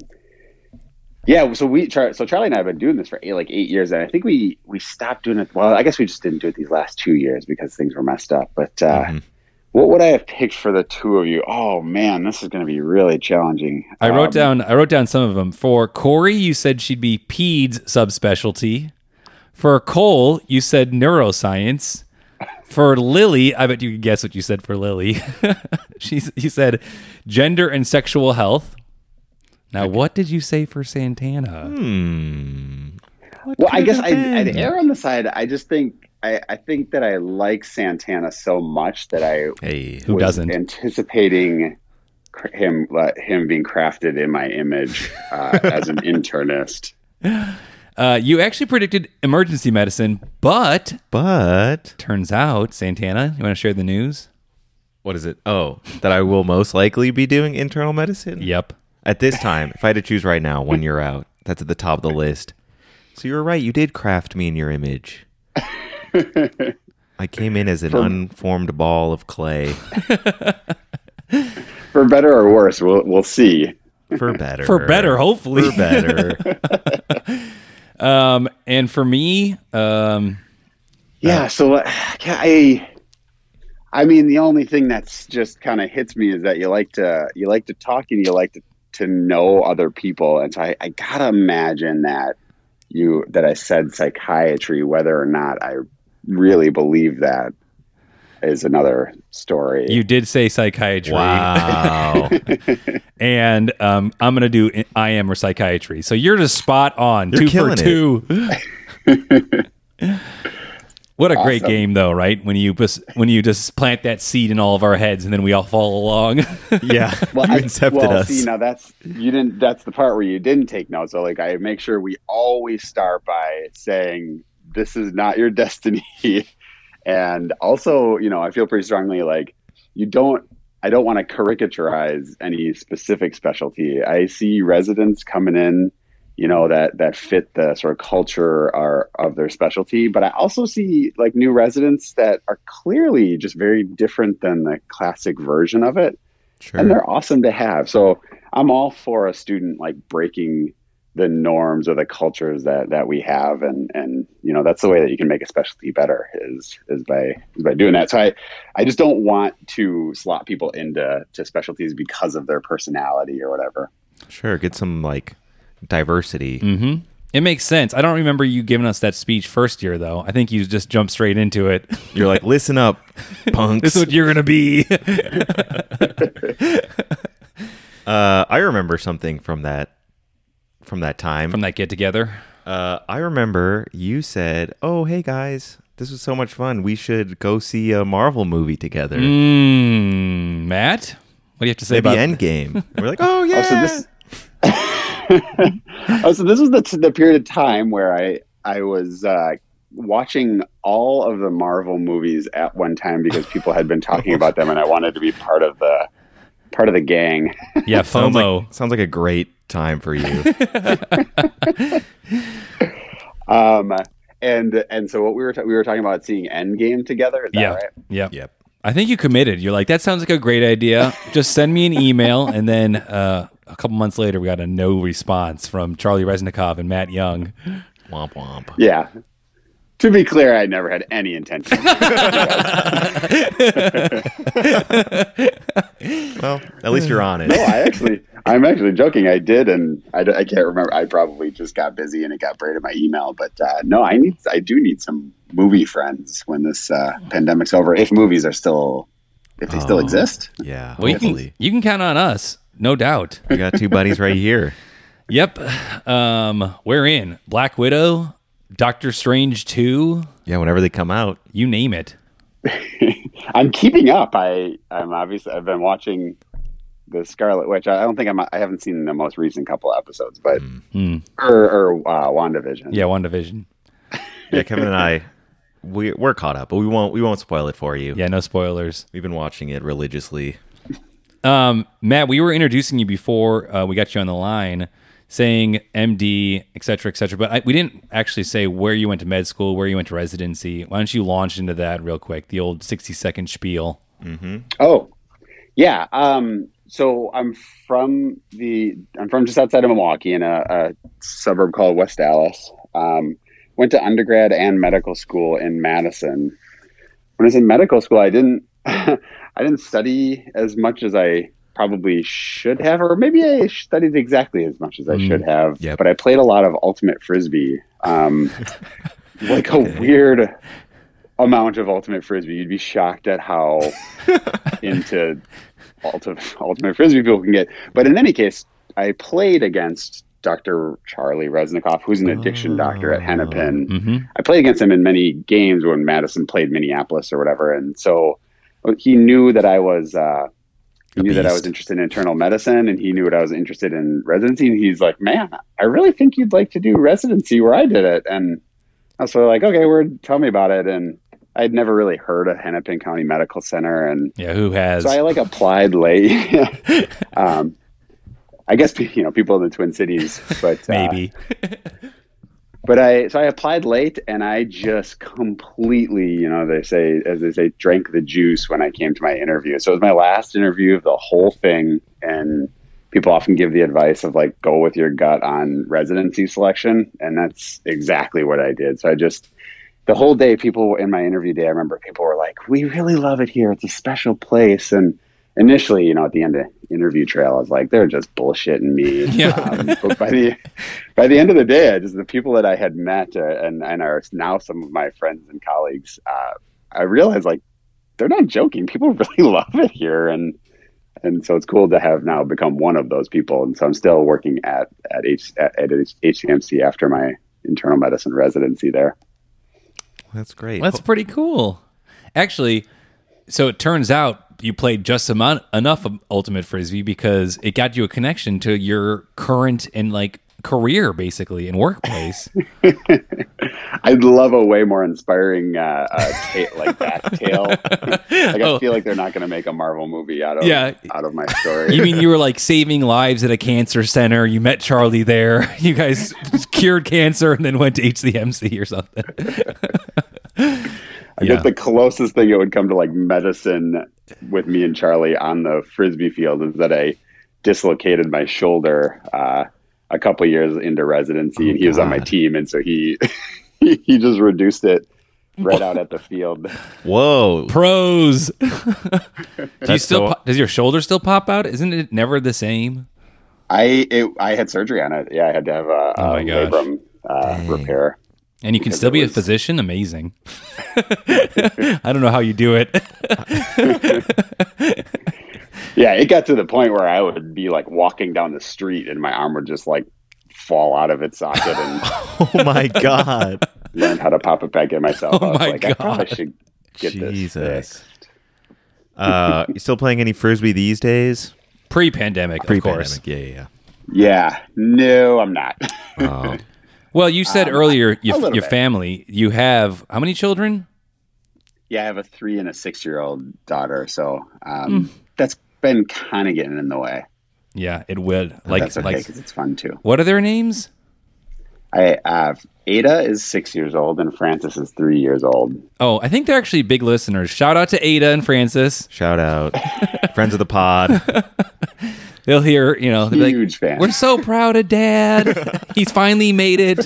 S5: yeah, so we Char- so Charlie and I have been doing this for eight, like eight years, and I think we we stopped doing it. Well, I guess we just didn't do it these last two years because things were messed up. But uh,
S2: Mm-hmm.
S5: what would I have picked for the two of you? Oh man, this is going to be really challenging.
S2: I wrote
S5: Um,
S2: down I wrote down some of them. For Corey, you said she'd be peds subspecialty. For Cole, you said neuroscience. For Lily, I bet you could guess what you said for Lily. She's you said gender and sexual health. Now, what did you say for Santana?
S5: Well, I guess I, I err on the side. I just think I, I think that I like Santana so much that I
S1: Hey,
S2: Who
S5: was
S2: doesn't?
S5: anticipating cr- him uh, him being crafted in my image uh, as an internist.
S2: Uh, you actually predicted emergency medicine, but
S1: but
S2: turns out Santana, you want to share the news?
S1: what is it? Oh, that I will most likely be doing internal medicine.
S2: Yep.
S1: At this time, if I had to choose right now, one year out, that's at the top of the list. So you were right. You did craft me in your image. I came in as an unformed ball of clay,
S5: For better or worse, we'll we'll see.
S1: for better.
S2: For better,
S1: For
S2: hopefully.
S1: better.
S2: Um, and for me, um,
S5: Yeah. So uh, yeah, uh, I I mean, the only thing that's just kind of hits me is that you like to you like to talk and you like to, to know other people, and so I, I gotta imagine that you that I said psychiatry, whether or not I really believe that is another story.
S2: You did say psychiatry.
S1: Wow.
S2: And um, I'm going to do I- I am or psychiatry. So you're just spot on.
S1: You're
S2: two for
S1: killing it.
S2: two. what a great
S5: Awesome.
S2: game, though, right? When you just when you just plant that seed in all of our heads, and then we all follow along.
S1: yeah.
S5: well,
S1: you
S5: I-
S1: incepted
S5: well,
S1: us.
S5: See, now that's you didn't. That's the part where you didn't take notes. So, like, I make sure we always start by saying this is not your destiny, and also, you know, I feel pretty strongly like you don't. I don't want to caricaturize any specific specialty. I see residents coming in, you know, that that fit the sort of culture or, of their specialty, but I also see like new residents that are clearly just very different than the classic version of it
S1: sure.
S5: and they're awesome to have. So I'm all for a student like breaking the norms or the cultures that that we have, and and you know that's the way that you can make a specialty better is is by is by doing that. So I I just don't want to slot people into to specialties because of their personality or whatever.
S1: Sure. Get some like diversity.
S2: hmm It makes sense. I don't remember you giving us that speech first year, though. I think you just jumped straight into it.
S1: You're like, listen up, punks.
S2: this is what you're going to be.
S1: uh, I remember something from that from that time.
S2: From that get together.
S1: Uh, I remember you said, "Oh, hey guys, this was so much fun. We should go see a Marvel movie together,
S2: Mm, Matt, what do you have to say
S1: maybe
S2: about
S1: Endgame." And we're like, "Oh yeah."
S5: Oh, so this. oh, so this was the, the period of time where I I was uh, watching all of the Marvel movies at one time because people had been talking about them, and I wanted to be part of the part of the gang.
S2: Yeah,
S1: sounds
S2: FOMO.
S1: like, sounds like a great time for you.
S5: Um, and and so what we were ta- we were talking about seeing Endgame together. Is that
S2: yeah,
S5: right?
S2: yeah.
S1: yep.
S2: I think you committed. You're like, that sounds like a great idea. Just send me an email. And then uh, a couple months later, we got a no response from Charlie Reznikov and Matt Young.
S1: Womp womp.
S5: Yeah. To be clear, I never had any intention.
S1: Well, at least you're honest.
S5: No, I actually, I'm actually joking. I did, and I, d- I can't remember. I probably just got busy and it got buried in my email. But uh, no, I need, I do need some movie friends when this uh, pandemic's over. If movies are still, if they still
S1: Oh.
S5: exist,
S1: Yeah.
S2: Well, you can,
S1: hopefully,
S2: you can count on us, no doubt.
S1: we got two buddies right here.
S2: Yep. Um, we're in Black Widow, Doctor Strange 2,
S1: Yeah. Whenever they come out,
S2: you name it.
S5: I'm keeping up. I, I'm obviously, I've been watching the Scarlet Witch. I don't think I'm, I haven't seen the most recent couple episodes, but
S2: Mm.
S5: or, or uh, WandaVision.
S2: Yeah, WandaVision.
S1: yeah, Kevin and I, we we're caught up, but we won't we won't spoil it for you.
S2: Yeah, no spoilers.
S1: We've been watching it religiously.
S2: Um, Matt, we were introducing you before uh, we got you on the line, saying MD, et cetera, et cetera. But I, we didn't actually say where you went to med school, where you went to residency. Why don't you launch into that real quick? The old sixty second spiel.
S5: Oh, yeah. Um, so I'm from the I'm from just outside of Milwaukee in a, a suburb called West Dallas. Um, went to undergrad and medical school in Madison. When I was in medical school, I didn't I didn't study as much as I probably should have, or maybe I studied exactly as much as I
S2: Mm,
S5: should have.
S1: yep.
S5: But I played a lot of ultimate frisbee. Um, like a weird amount of ultimate frisbee. You'd be shocked at how into ultimate ultimate frisbee people can get. But in any case, I played against Dr. Charlie Reznikoff, who's an addiction doctor at
S1: Oh.
S5: Hennepin.
S2: Mm-hmm.
S5: I played against him in many games when Madison played Minneapolis or whatever, and so uh, he knew that I was uh, he
S1: A
S5: knew that I
S1: beast.
S5: was interested in internal medicine, and he knew what I was interested in residency. And he's like, "Man, I really think you'd like to do residency where I did it." And I was sort of like, "Okay, word, tell me about it." And I'd never really heard of Hennepin County Medical Center, and
S2: Yeah, who has?
S5: so I like applied late. um, I guess you know people in the Twin Cities, but uh,
S2: Maybe.
S5: but I so I applied late and I just completely, you know, they say as they say, drank the juice when I came to my interview. So it was my last interview of the whole thing, and people often give the advice of like go with your gut on residency selection, and that's exactly what I did. So I just the whole day people in my interview day i remember people were like we really love it here it's a special place and initially you know at the end of the interview trail i was like they're just bullshitting me
S2: Yeah.
S5: um, but by the by the end of the day I just the people that i had met uh, and, and are now some of my friends and colleagues uh, i realized like they're not joking people really love it here and and so it's cool to have now become one of those people. And so I'm still working at at, H, at, at HCMC after my internal medicine residency there.
S1: That's great.
S2: That's pretty cool. Actually, so it turns out you played just amount, enough of Ultimate Frisbee because it got you a connection to your current and like career basically and workplace.
S5: I'd love a way more inspiring uh, uh, ta- like that tale. like I
S2: Oh.
S5: feel like they're not going to make a Marvel movie out of
S2: Yeah.
S5: out of my story.
S2: you mean you were like saving lives at a cancer center? You met Charlie there. You guys cured cancer and then went to HCMC or something.
S5: I
S2: yeah.
S5: guess the closest thing it would come to like medicine with me and Charlie on the frisbee field is that I dislocated my shoulder uh, a couple years into residency, and he was on my
S2: Oh, God.
S5: team, and so he he just reduced it right out at the field.
S1: Whoa.
S2: Pros. Do you
S1: That's
S2: still
S1: so-
S2: pop, does your shoulder still pop out? Isn't it never the same?
S5: I it, I had surgery on it. Yeah, I had to have a,
S2: Oh
S5: a
S2: my gosh.
S5: labrum uh, repair.
S2: And you can still be a physician? Amazing. I don't know how you do it.
S5: Yeah, it got to the point where I would be like walking down the street, and my arm would just like fall out of its socket and
S1: Oh my god.
S5: learn how to pop it back in myself.
S2: Oh
S5: I was
S2: my
S5: like, I probably
S2: God.
S5: should get this.
S1: Jesus. Uh, you still playing any frisbee these days?
S2: Pre pandemic, of course.
S1: Pre-pandemic, Yeah,
S5: Yeah, no, I'm not.
S1: yeah. yeah. Oh.
S2: Well, you said earlier
S5: Um, a
S2: your,
S5: little
S2: your
S5: bit.
S2: family, you have how many children?
S5: yeah, I have a three and a six year old daughter, so
S2: Hmm.
S5: um, that's been kind of getting in the way.
S2: Yeah, it would. Like,
S5: that's okay
S2: like
S5: because it's fun too.
S2: what are their names?
S5: I have Ada is six years old and Francis is three years old.
S2: Oh, I think they're actually big listeners. Shout out to Ada and Francis.
S1: Shout out. Friends of the pod.
S2: They'll hear, you know, they'll be like,
S5: Huge fan.
S2: we're so proud of dad. He's finally made it.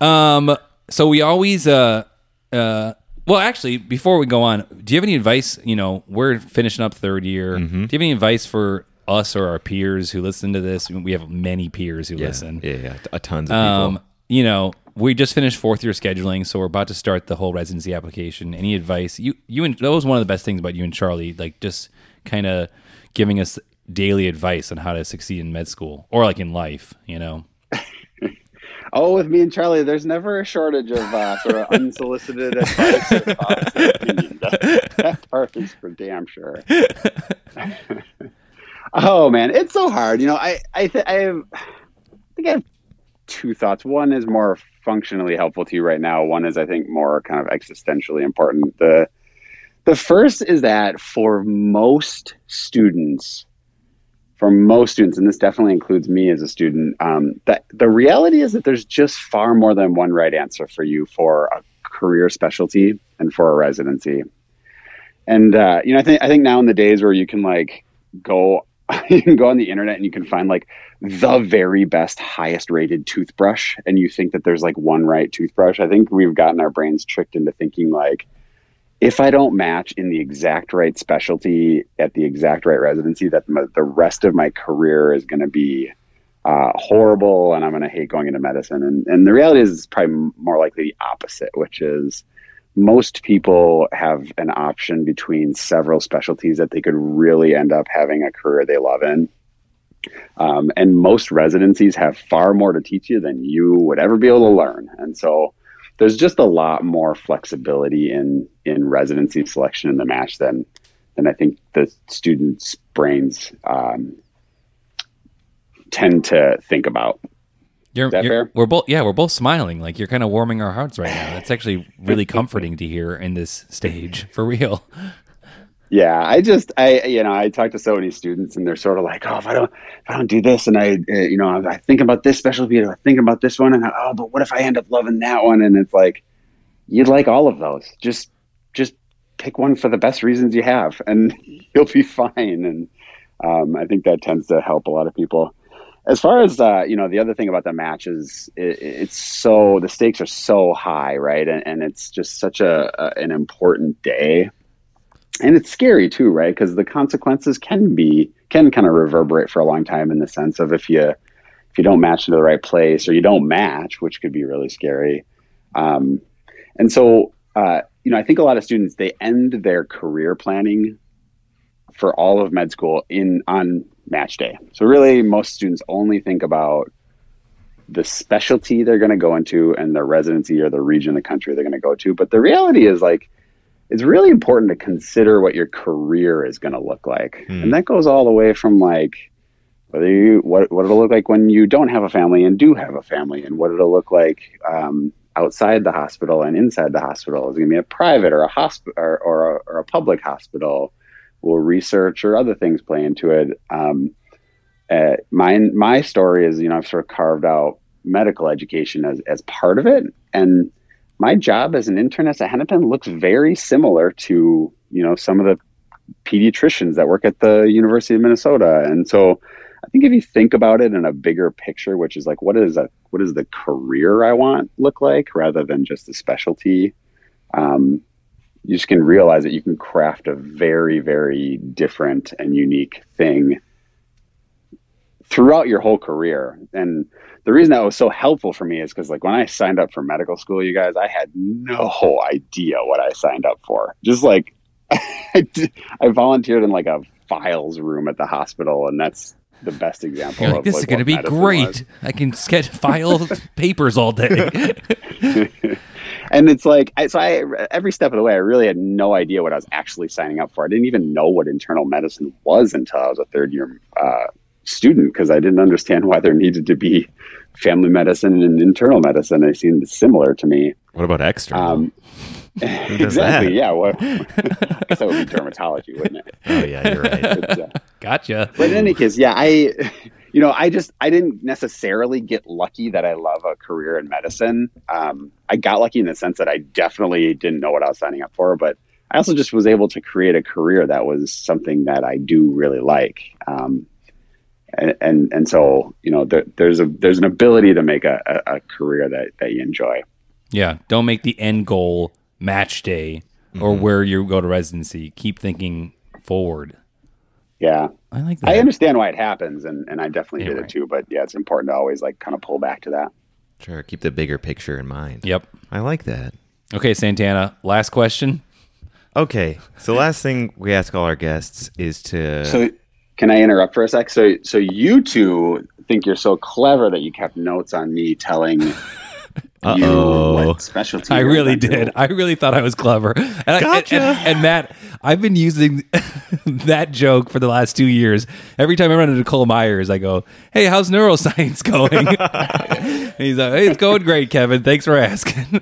S2: um, so we always, uh, uh, well, actually, before we go on, do you have any advice? You know, we're finishing up third year. Do you have any advice for us or our peers who listen to this? We have many peers who listen.
S1: Yeah, yeah. A tons of
S2: Um,
S1: people.
S2: you know, we just finished fourth year scheduling, so we're about to start the whole residency application. Any advice? You, you, and that was one of the best things about you and Charlie, like just kind of giving us daily advice on how to succeed in med school or like in life. You know,
S5: Oh, with me and Charlie, there's never a shortage of uh, sort of unsolicited advice. or thoughts and opinions. That, that part is for damn sure. oh man, it's so hard. You know, I I th- I, have, I think I have two thoughts. One is more functionally helpful to you right now. One is I think more kind of existentially important. The the first is that for most students, for most students, and this definitely includes me as a student, um, that the reality is that there's just far more than one right answer for you for a career specialty and for a residency. And uh, you know, I think I think now in the days where you can like go, you can go on the internet and you can find like the very best, highest rated toothbrush, and you think that there's like one right toothbrush. I think we've gotten our brains tricked into thinking like if I don't match in the exact right specialty at the exact right residency, that m- the rest of my career is going to be uh, horrible and I'm going to hate going into medicine. And, and the reality is, it's probably m- more likely the opposite, which is most people have an option between several specialties that they could really end up having a career they love in. Um, and most residencies have far more to teach you than you would ever be able to learn. And so, there's just a lot more flexibility in in residency selection in the match than than I think the students' brains um, tend to think about.
S2: you're,
S5: that
S2: you're-
S5: fair?
S2: we're both, yeah, we're both smiling. Like you're kind of warming our hearts right now. That's actually really comforting to hear in this stage for real.
S5: Yeah, I just I you know I talk to so many students and they're sort of like, oh, if I don't if I don't do this and I uh, you know I, I think about this specialty, I think about this one, and I, oh, but what if I end up loving that one? And it's like you'd like all of those. Just just pick one for the best reasons you have, and you'll be fine. And um, I think that tends to help a lot of people. as far as uh, you know, the other thing about the matches, it, it's so the stakes are so high, right? And, and it's just such a, a an important day, and it's scary too, right? Because the consequences can be can kind of reverberate for a long time in the sense of if you if you don't match into the right place or you don't match, which could be really scary. Um, and so, uh, you know, I think a lot of students they end their career planning for all of med school in on match day. So really, most students only think about the specialty they're going to go into and the residency or the region, of the country they're going to go to. But the reality is like. It's really important to consider what your career is going to look like,
S1: Hmm.
S5: and that goes all the way from like whether you what what it'll look like when you don't have a family and do have a family, and what it'll look like um, outside the hospital and inside the hospital. Is it going to be a private or a hospital or, or, a, or a public hospital? Will research or other things play into it? Um, uh, mine my story is you know I've sort of carved out medical education as as part of it, and my job as an internist at Hennepin looks very similar to you know some of the pediatricians that work at the University of Minnesota, and so. I think if you think about it in a bigger picture, which is like what is a what is the career I want look like rather than just the specialty, um, you just can realize that you can craft a very very different and unique thing throughout your whole career. And the reason that was so helpful for me is because like when I signed up for medical school, you guys, I had no idea what I signed up for. Just like I, did- I volunteered in like a files room at the hospital, and that's the best example.
S2: You're like,
S5: of,
S2: this is
S5: what
S2: going to be
S5: medicine
S2: great.
S5: was.
S2: I can get file papers all day.
S5: and it's like I, so I every step of the way I really had no idea what I was actually signing up for. I didn't even know what internal medicine was until I was a third year uh, student because I didn't understand why there needed to be family medicine and internal medicine. They seemed similar to me.
S1: What about extra?
S5: Um,
S1: does
S5: exactly.
S1: that?
S5: Yeah. Well, I guess that would be dermatology, wouldn't it?
S1: oh yeah, you're right.
S5: But, uh,
S2: gotcha.
S5: but in any case, yeah, I, you know, I just I didn't necessarily get lucky that I love a career in medicine. Um, I got lucky in the sense that I definitely didn't know what I was signing up for, but I also just was able to create a career that was something that I do really like. Um, and, and and so you know there, there's a there's an ability to make a, a, a career that, that you enjoy.
S2: Yeah. Don't make the end goal match day or where you go to residency. Keep thinking forward.
S5: Yeah,
S2: I like that.
S5: I understand why it happens, and, and I definitely
S2: Yeah,
S5: did
S2: right.
S5: it too. But yeah, it's important to always like kind of pull back to that.
S1: Sure, keep the bigger picture in mind.
S2: Yep.
S1: I like that.
S2: Okay, Santana. Last question.
S1: Okay, so last thing we ask all our guests is to
S5: So, can I interrupt for a sec? So, so you two think you're so clever that you kept notes on me telling you
S1: Uh-oh.
S5: what specialty.
S2: I
S5: you
S2: really
S5: went to.
S2: did. I really thought I was clever. And, I- and-
S1: Gotcha.
S2: and, and Matt, I've been using that joke for the last two years. Every time I run into Nicole Myers, I go, "Hey, how's neuroscience going?" and he's like, "Hey, it's going great, Kevin. Thanks for asking."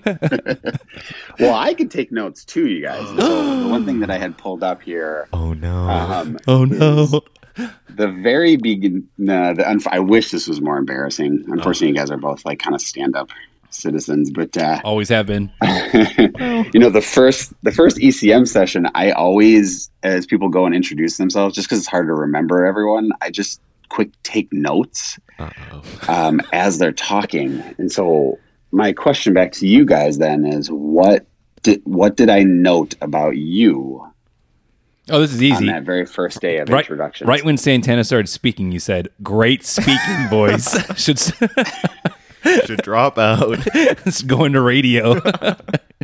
S5: Well, I could take notes too, you guys. So the one thing that I had pulled up here,
S1: oh no,
S5: um,
S2: oh no!
S5: the very begin. No, the, unf- I wish this was more embarrassing.
S2: Oh.
S5: Unfortunately, you guys are both like kind of stand-up citizens, but uh,
S2: Always have been. Oh.
S5: you know the first the first ECM session I always as people go and introduce themselves just cuz it's hard to remember everyone I just quick take notes um, as they're talking and so my question back to you guys then is what did what did I note about you
S2: Oh, this is
S5: on
S2: easy.
S5: that very first day of
S2: Right,
S5: introduction
S2: right when Santana started speaking, you said, "Great speaking voice." Should s-
S1: should drop out.
S2: It's going to radio.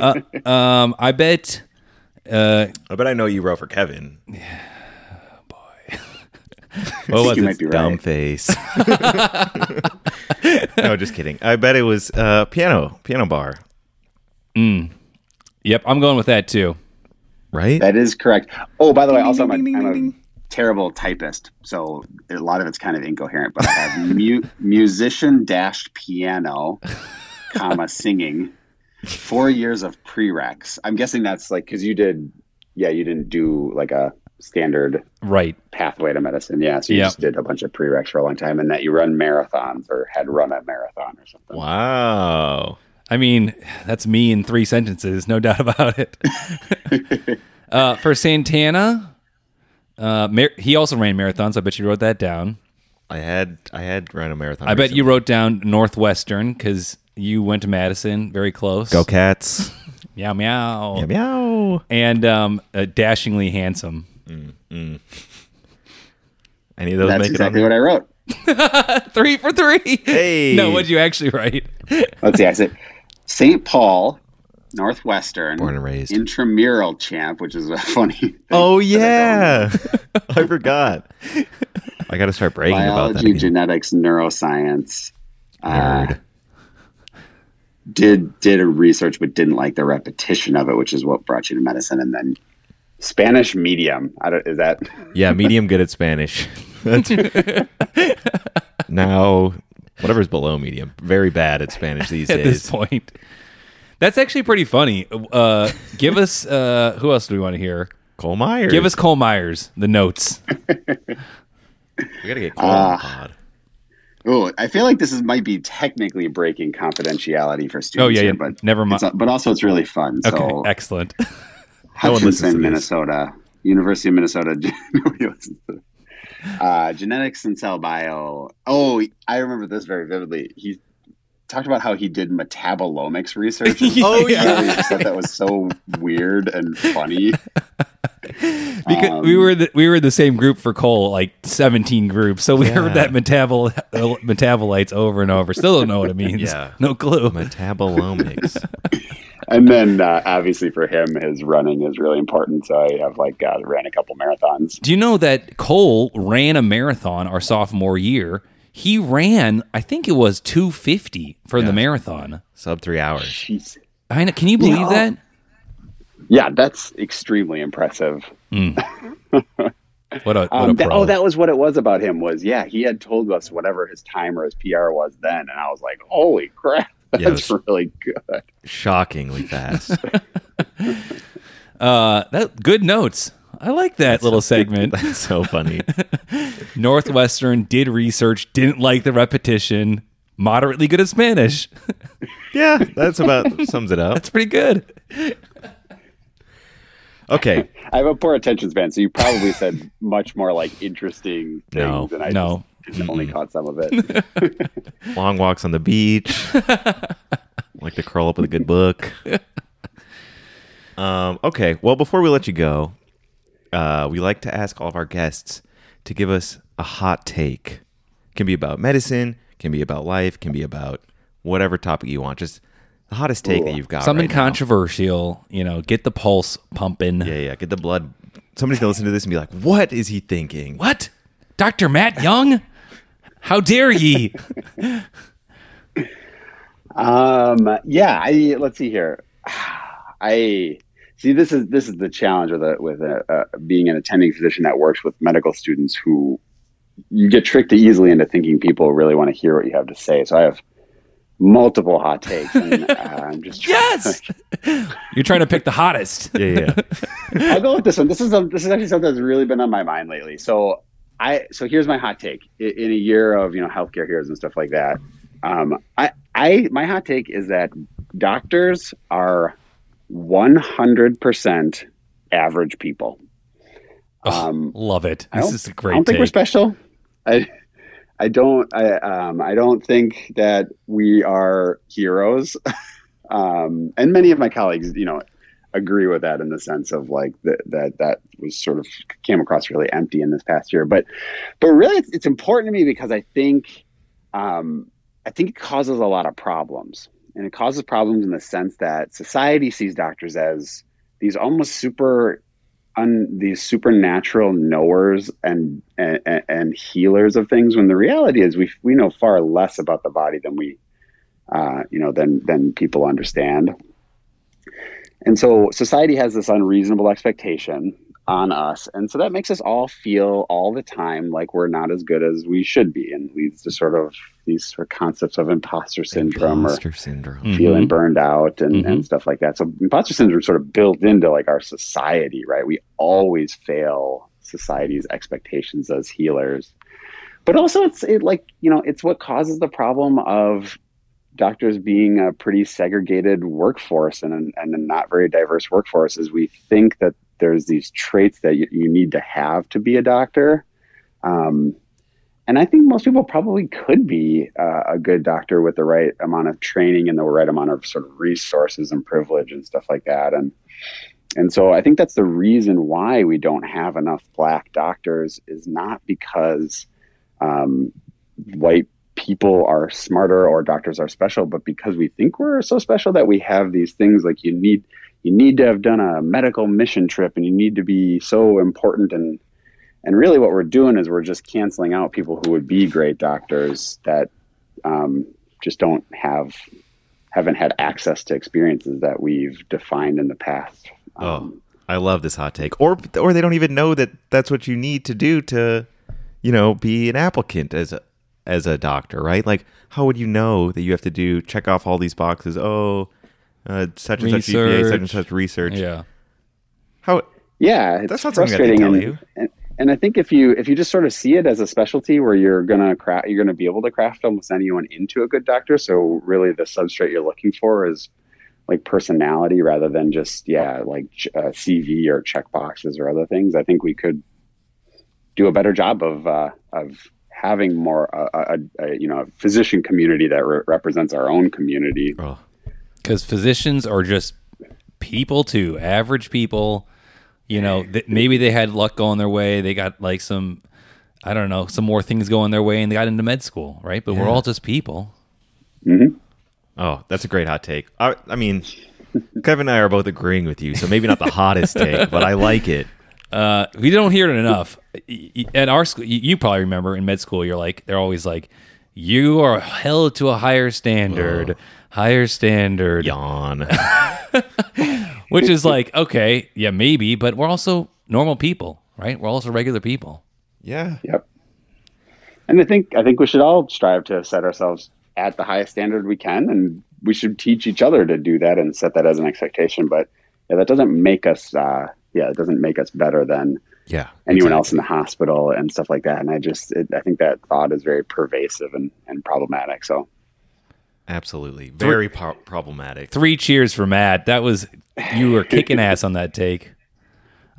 S2: Uh, um, I bet. Uh,
S1: I bet I know you wrote for Kevin.
S2: what was
S5: you
S2: it?
S5: might be
S1: Dumb
S5: right
S1: face. no, just kidding. I bet it was uh, piano, piano bar,
S2: Hmm. Yep, I'm going with that too.
S1: right?
S5: that is correct oh by the way also I'm a, I'm a terrible typist so a lot of it's kind of incoherent but I have mu- musician dash piano comma singing four years of prereqs i'm guessing that's like because you did yeah you didn't do like a standard
S2: Right.
S5: pathway to medicine yeah so you
S2: Yeah.
S5: just did a bunch of prereqs for a long time and that you run marathons or had run a marathon or something
S1: Wow.
S2: I mean, that's me in three sentences, no doubt about it. uh, for Santana, uh, mar- he also ran marathons. I bet you wrote that down.
S1: I had I had run a marathon.
S2: I bet you wrote down Northwestern because you went to Madison, very close.
S1: go cats.
S2: Meow meow.
S1: meow meow.
S2: And um, uh, dashingly handsome.
S1: Any of those
S5: That's
S1: make
S5: exactly
S1: it on
S5: what I wrote.
S2: Three for three.
S1: Hey.
S2: No, what'd you actually write?
S5: Let's see. I said St. Paul, Northwestern,
S1: Born and raised.
S5: intramural champ, which is a funny. Thing.
S1: Oh yeah, I forgot. I got to start bragging about that.
S5: biology,
S1: Again.
S5: genetics, neuroscience. Uh,
S1: Nerd.
S5: did did a research, but didn't like the repetition of it, which is what brought you to medicine. And then Spanish medium. I don't. Is that
S1: Yeah, medium good at Spanish. That's- now, whatever's below medium, very bad at Spanish these
S2: at this
S1: days.
S2: point. That's actually pretty funny. Uh, give us uh, who else do we want to hear?
S1: Cole Myers.
S2: Give us Cole Myers the notes.
S1: We gotta get Cole on the pod.
S5: Oh, I feel like this is might be technically breaking confidentiality for students.
S2: Oh, yeah,
S5: here,
S2: yeah.
S5: but
S2: Never
S5: it's-
S2: mind.
S5: But also, it's really fun.
S2: Okay,
S5: So
S2: excellent.
S1: No one listens to
S5: Hutchinson,
S1: this.
S5: Minnesota, University of Minnesota. nobody listens to this. uh, genetics and cell bio. Oh, I remember this very vividly. He talked about how he did metabolomics research.
S2: Oh,
S5: I always just thought that was so weird and funny.
S2: Because
S1: Um,
S2: we were the, we were the same group for Cole, like seventeen groups. So we heard that metabol uh, metabolites over and over. Still don't know what it means.
S1: Yeah.
S2: no clue.
S1: Metabolomics.
S5: And then uh, obviously for him, his running is really important. So I have like uh, ran a couple marathons.
S2: Do you know that Cole ran a marathon our sophomore year? He ran, I think it was two fifty for the marathon.
S1: Sub three hours.
S5: Jeez.
S2: I know, can you believe
S5: Yeah.
S2: that?
S5: Yeah, that's extremely impressive.
S2: Hmm. What a what a
S5: oh. Um, that-
S2: pro.
S5: oh, that was what it was about him was yeah, he had told us whatever his time or his PR was then, and I was like, holy crap, that's
S1: Yeah, it was-
S5: really good.
S1: Shockingly fast.
S2: Uh, that good notes. I like that little segment.
S1: That's so funny.
S2: Northwestern did research, didn't like the repetition. Moderately good at Spanish.
S1: Yeah, that's about sums it up.
S2: That's pretty good.
S1: Okay.
S5: I have a poor attention span, so you probably said much more like interesting
S1: No,
S5: things, and I
S2: no.
S5: just only caught some of it.
S1: Long walks on the beach. like to curl up with a good book. Um, okay. Well, before we let you go, uh, we like to ask all of our guests to give us a hot take. Can be about medicine, can be about life, can be about whatever topic you want. Just the hottest take that you've got.
S2: Something
S1: right now.
S2: controversial, you know, get the pulse pumping.
S1: Yeah, yeah. Get the blood. Somebody's gonna listen to this and be like, "What is he thinking?"
S2: What? Dr. Matt Young? How dare ye?
S5: um, yeah, I let's see here. I see this is this is the challenge with a, with a, uh, being an attending physician that works with medical students who you get tricked easily into thinking people really want to hear what you have to say. So I have multiple hot takes. And, uh, I'm just trying-
S2: yes. You're trying to pick the hottest.
S1: Yeah, yeah.
S5: I'll go with this one. This is a, this is actually something that's really been on my mind lately. So I so here's my hot take I- in a year of you know healthcare heroes and stuff like that. Um, I I my hot take is that doctors are 100 percent average people. Um,
S2: Love it.
S5: I
S2: This
S5: don't-
S2: is a
S5: I
S2: great
S5: don't think we're
S2: take.
S5: special. I I don't I um I don't think that we are heroes. um and many of my colleagues, you know, agree with that in the sense of like that that that was sort of came across really empty in this past year. But but really it's, it's important to me because I think um I think it causes a lot of problems. And it causes problems in the sense that society sees doctors as these almost super un, these supernatural knowers and, and and healers of things when the reality is we we know far less about the body than we uh, you know than than people understand and so society has this unreasonable expectation on us and so that makes us all feel all the time like we're not as good as we should be and leads to sort of these sort of concepts of imposter syndrome Mm. or
S1: Imposter syndrome.
S5: feeling burned out and,
S2: Mhm.
S5: and stuff like that. So imposter syndrome sort of built into like our society, right? We always fail society's expectations as healers. But also it's it like, you know, it's what causes the problem of doctors being a pretty segregated workforce and, and a not very diverse workforce is we think that there's these traits that you, you need to have to be a doctor. Um, and I think most people probably could be uh, a good doctor with the right amount of training and the right amount of sort of resources and privilege and stuff like that. And and so I think that's the reason why we don't have enough black doctors is not because um, white people are smarter or doctors are special, but because we think we're so special that we have these things like you need you need to have done a medical mission trip and you need to be so important and and really what we're doing is we're just canceling out people who would be great doctors that um, just don't have haven't had access to experiences that we've defined in the past Um,
S1: Oh, I love this hot take. Or or they don't even know that that's what you need to do to, you know, be an applicant as a as a doctor, right? Like, how would you know that you have to do check off all these boxes? Oh, uh, such and such GPA, such and
S2: Research.
S1: such research.
S2: Yeah.
S1: How?
S5: yeah it's
S1: That's not something that they
S5: frustrating
S1: tell
S5: and,
S1: you.
S5: and and I think if you if you just sort of see it as a specialty where you're gonna craft you're gonna be able to craft almost anyone into a good doctor, so really the substrate you're looking for is like personality rather than just yeah like ch- uh, CV or check boxes or other things. I think we could do a better job of uh, of having more uh, a, a, a you know a physician community that re- represents our own community
S1: Oh,
S2: because physicians are just people too, average people. You know, th- maybe they had luck going their way. They got like some, I don't know, some more things going their way, and they got into med school, right? But we're all just people.
S1: oh, that's a great hot take. I, I mean, Kevin and I are both agreeing with you, so maybe not the hottest take, but I like it.
S2: Uh, we don't hear it enough Y- y- at our school. You you probably remember in med school, you're like they're always like, you are held to a higher standard, higher standard.
S1: Yawn.
S2: which is like okay yeah maybe but we're also normal people right we're also regular people
S1: Yeah.
S5: Yep. And I think I think we should all strive to set ourselves at the highest standard we can, and we should teach each other to do that and set that as an expectation. But yeah, that doesn't make us. Uh, yeah, it doesn't make us better than
S1: Yeah.
S5: anyone else in the hospital and stuff like that. And I just, it, I think that thought is very pervasive and, and problematic. So
S1: Absolutely. Very po- problematic.
S2: three cheers for matt that was you were kicking ass on that take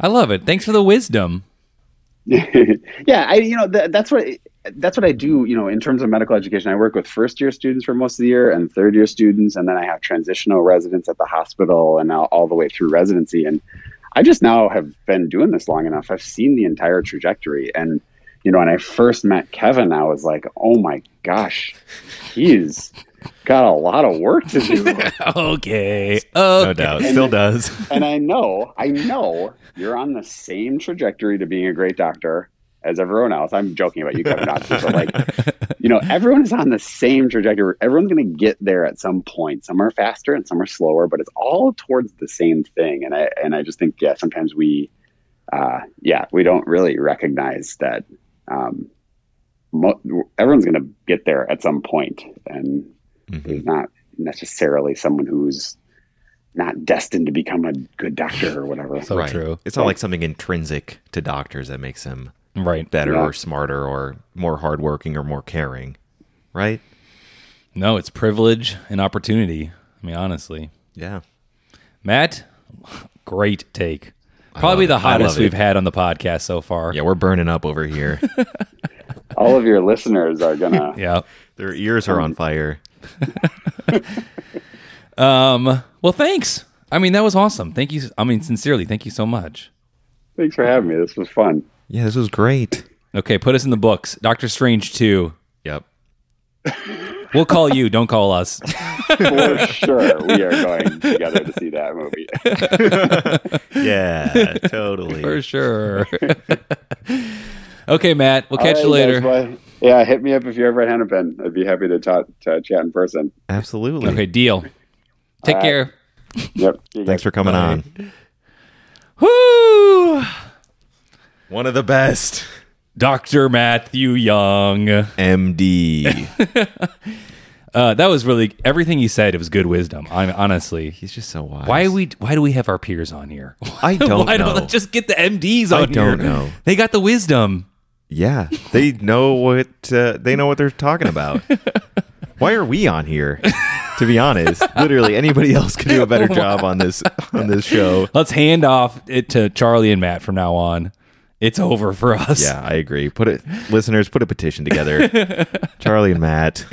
S2: i love it thanks for the wisdom
S5: yeah, I you know th- that's what that's what I do. You know, in terms of medical education, I work with first year students for most of the year and third year students, and then I have transitional residents at the hospital and now all the way through residency. And I just now have been doing this long enough. I've seen the entire trajectory, and you know, when I first met Kevin, I was like, oh my gosh, he's got a lot of work to do.
S2: okay
S1: No
S2: oh
S1: doubt. Still does.
S5: and I know, I know you're on the same trajectory to being a great doctor as everyone else. I'm joking about you, Kevin, obviously, but like, you know, everyone is on the same trajectory. Everyone's going to get there at some point. Some are faster and some are slower, but it's all towards the same thing. And I and I just think, yeah, sometimes we, uh, yeah, we don't really recognize that. Um, mo- everyone's going to get there at some point, and
S1: Mm-hmm.
S5: there's not necessarily someone who's not destined to become a good doctor or whatever.
S2: so true
S1: It's not like something intrinsic to doctors that makes them
S2: right
S1: better
S5: Yeah.
S1: or smarter or more hardworking or more caring, right?
S2: no it's privilege and opportunity i mean honestly
S1: Yeah.
S2: matt great take probably
S1: love it.
S2: the
S1: I
S2: hottest
S1: love it.
S2: we've had on the podcast so far
S1: Yeah, we're burning up over here.
S5: All of your listeners are gonna.
S2: yeah
S1: Their ears are on fire.
S2: um well thanks i mean that was awesome thank you i mean sincerely thank you so much
S5: Thanks for having me. This was fun.
S1: Yeah, this was great.
S2: Okay, put us in the books. Doctor Strange 2.
S1: Yep.
S2: We'll call you. Don't call us.
S5: For sure, we are going together to see that movie.
S1: Yeah, totally.
S2: For sure. okay, Matt. We'll
S5: All
S2: catch
S5: right,
S2: you later.
S5: guys, well, yeah, hit me up if you're ever at Hennepin. I'd be happy to talk to chat in person.
S1: Absolutely.
S2: okay, deal. Take care.
S5: Yep. See you guys.
S1: Thanks for coming on.
S2: Woo!
S1: One of the best.
S2: Dr. Matthew Young.
S1: MD.
S2: Uh, that was really everything you said. It was good wisdom. I'm honestly.
S1: He's just so wise.
S2: Why we? Why do we have our peers on here?
S1: I don't
S2: why
S1: know.
S2: don't they just get the MDs on
S1: I don't
S2: here?
S1: know.
S2: They got the wisdom.
S1: Yeah, they know what uh, they know what they're talking about. Why are we on here? To be honest, literally anybody else could do a better job on this on this show.
S2: Let's hand off it to Charlie and Matt from now on, it's over for us.
S1: Yeah, I agree. Put it, listeners, put a petition together. Charlie and Matt.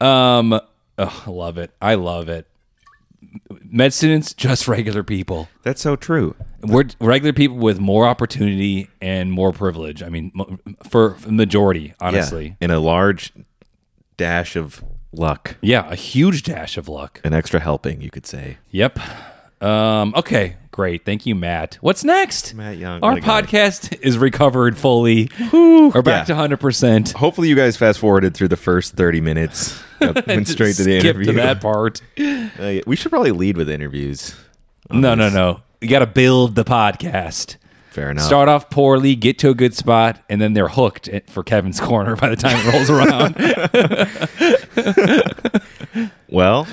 S2: Um, oh, I love it. I love it. Med students, just regular people.
S1: That's so true.
S2: We're regular people with more opportunity and more privilege. I mean, mo- for for the majority, honestly.
S1: Yeah, in a large dash of luck,
S2: Yeah. a huge dash of luck.
S1: an extra helping, you could say.
S2: Yep. Um, okay, great. Thank you, Matt. What's next?
S1: Matt Young,
S2: Our
S1: what a guy.
S2: podcast is recovered fully. We're back
S1: Yeah.
S2: to 100%.
S1: Hopefully, you guys fast forwarded through the first thirty minutes. Went straight to the
S2: Skip
S1: interview.
S2: to that part.
S1: Uh, yeah, we should probably lead with interviews.
S2: No, no, no. You got to build the podcast.
S1: Fair enough.
S2: Start off poorly, get to a good spot, and then they're hooked at- for Kevin's corner by the time it rolls around.
S1: Well,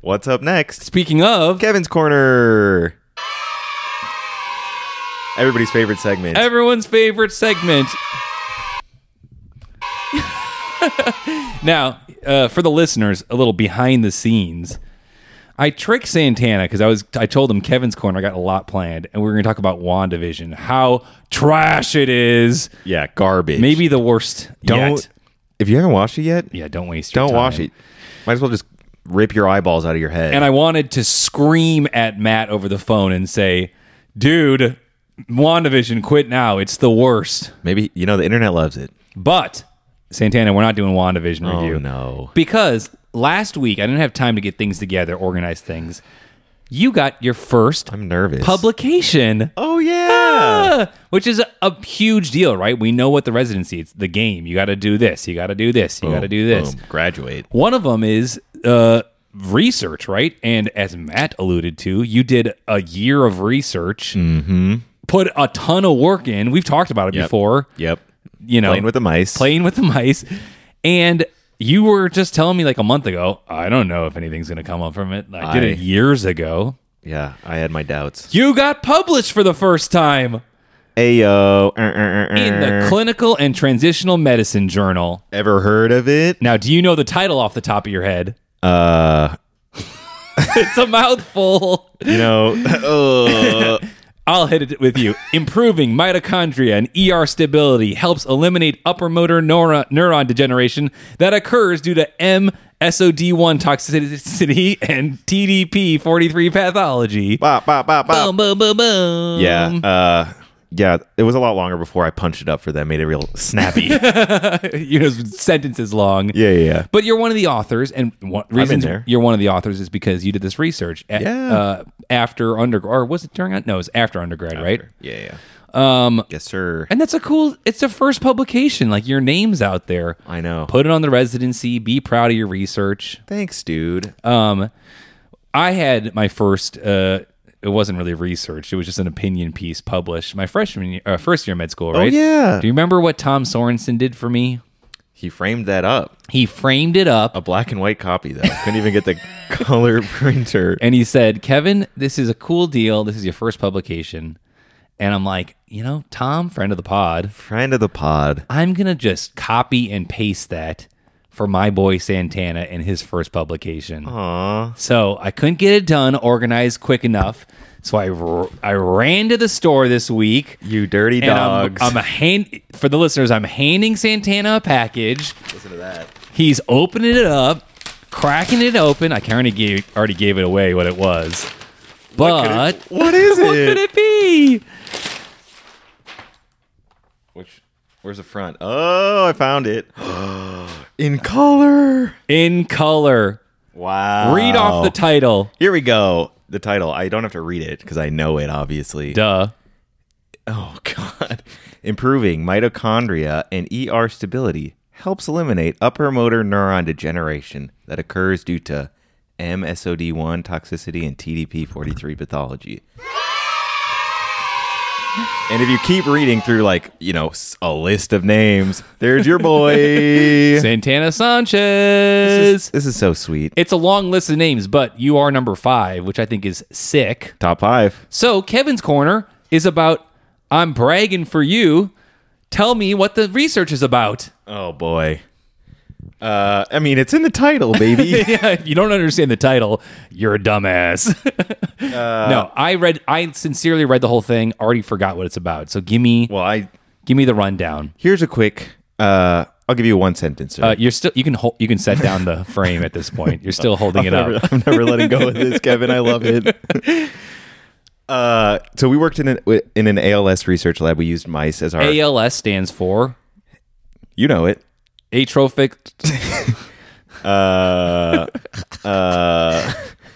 S1: what's up next?
S2: Speaking of,
S1: Kevin's corner. Everybody's favorite segment.
S2: everyone's favorite segment. now, uh, for the listeners, a little behind the scenes. I tricked Santana because I was I told him Kevin's corner I got a lot planned, and we were going to talk about Wandavision, how trash it is,
S1: yeah, garbage.
S2: maybe the worst.
S1: don't.
S2: yet.
S1: If you haven't watched it yet,
S2: yeah, don't waste. your
S1: don't
S2: time.
S1: watch it. Might as well just rip your eyeballs out of your head.
S2: and I wanted to scream at Matt over the phone and say, "Dude, WandaVision, quit now. It's the worst."
S1: maybe you know the internet loves it.
S2: But Santana, we're not doing WandaVision
S1: Oh
S2: review
S1: no.
S2: because last week I didn't have time to get things together, organize things. You got your 1st
S1: I'm nervous.
S2: publication.
S1: Oh yeah.
S2: Ah, Which is a, a huge deal, right? We know what the residency it's the game. You got to do this. You got to do this. You got to
S1: Boom,
S2: do this.
S1: boom. Graduate.
S2: One of them is uh, research, right? And as Matt alluded to, you did a year of research, put a ton of work in. We've talked about it
S1: Mm-hmm. Yep.
S2: before.
S1: Yep.
S2: You know,
S1: Playing with the mice.
S2: playing with the mice, and you were just telling me like a month ago. I don't know if anything's going to come up from it. I did it
S1: I-
S2: years ago.
S1: Yeah, I had my doubts.
S2: You got published for the first time
S1: Ayo.
S2: in the Clinical and Transitional Medicine Journal.
S1: Ever heard of it?
S2: Now, do you know the title off the top of your head?
S1: Uh,
S2: It's a mouthful.
S1: you know, uh,
S2: I'll hit it with you. Improving mitochondria and ER stability helps eliminate upper motor neuro- neuron degeneration that occurs due to MSOD1 toxicity and TDP43 pathology.
S1: bah, bah, bah, bah.
S2: Boom, boom, boom, boom.
S1: Yeah. Uh, yeah, it was a lot longer before I punched it up for them, made it real snappy. yeah,
S2: you know, sentences long.
S1: yeah, yeah.
S2: But you're one of the authors, and one reason
S1: there.
S2: you're one of the authors is because you did this research at,
S1: Yeah.
S2: uh, after undergrad, or was it during? un- No, it was after undergrad, right?
S1: Yeah, yeah. Um, yes, sir.
S2: And that's a cool. It's a first publication. Like your name's out there.
S1: I know.
S2: Put it on the residency. Be proud of your research.
S1: Thanks, dude.
S2: Um, I had my first. Uh, it wasn't really research. It was just an opinion piece published my freshman year, uh, first year of med school. Right?
S1: yeah.
S2: Do you remember what Tom Sorensen did for me?
S1: he framed that up.
S2: He framed it up
S1: A black and white copy, though. Couldn't even get the color printer.
S2: and he said, "Kevin, this is a cool deal. This is your first publication." And I'm like, you know, Tom, friend of the pod,
S1: Friend of the pod.
S2: I'm going to just copy and paste that for my boy Santana in his first publication.
S1: Aw.
S2: So I couldn't get it done, organized quick enough. So I, r- I ran to the store this week.
S1: You dirty
S2: And I'm,
S1: dogs.
S2: I'm a hand for the listeners. I'm handing Santana a package.
S1: Listen to that.
S2: He's opening it up, cracking it open. I kind of gave already gave it away what it was, but
S1: What is
S2: what
S1: it?
S2: could it be?
S1: Which where's the front? Oh, I found it. In color.
S2: In color.
S1: Wow.
S2: Read off the title.
S1: Here we go. The title. I don't have to read it because I know it obviously.
S2: Duh.
S1: Oh god. Improving mitochondria and ER stability helps eliminate upper motor neuron degeneration that occurs due to MSOD1 toxicity and TDP43 pathology. And if you keep reading through like, you know, s- a list of names, there's your boy.
S2: Santana
S1: This
S2: Sanchez.
S1: is, this is so sweet.
S2: It's a long list of names, but you are number five, which I think is sick.
S1: Top five.
S2: So Kevin's corner is about. I'm bragging for you. Tell me what the research is about.
S1: Oh boy. Uh, I mean, it's in the title, baby.
S2: yeah, if you don't understand the title, you're a dumbass.
S1: Uh,
S2: no, I read. I sincerely read the whole thing. Already forgot what it's about. So give me,
S1: Well, I
S2: give me the rundown.
S1: here's a quick. Uh, I'll give you a one sentence.
S2: Uh, you're still. You can hold. You can set down the frame at this point. You're still holding it
S1: never,
S2: up.
S1: I'm never letting go of this, Kevin. I love it. Uh, so we worked in an in an ALS research lab. We used mice as our.
S2: ALS stands for
S1: you know it.
S2: atrophic.
S1: Uh, uh,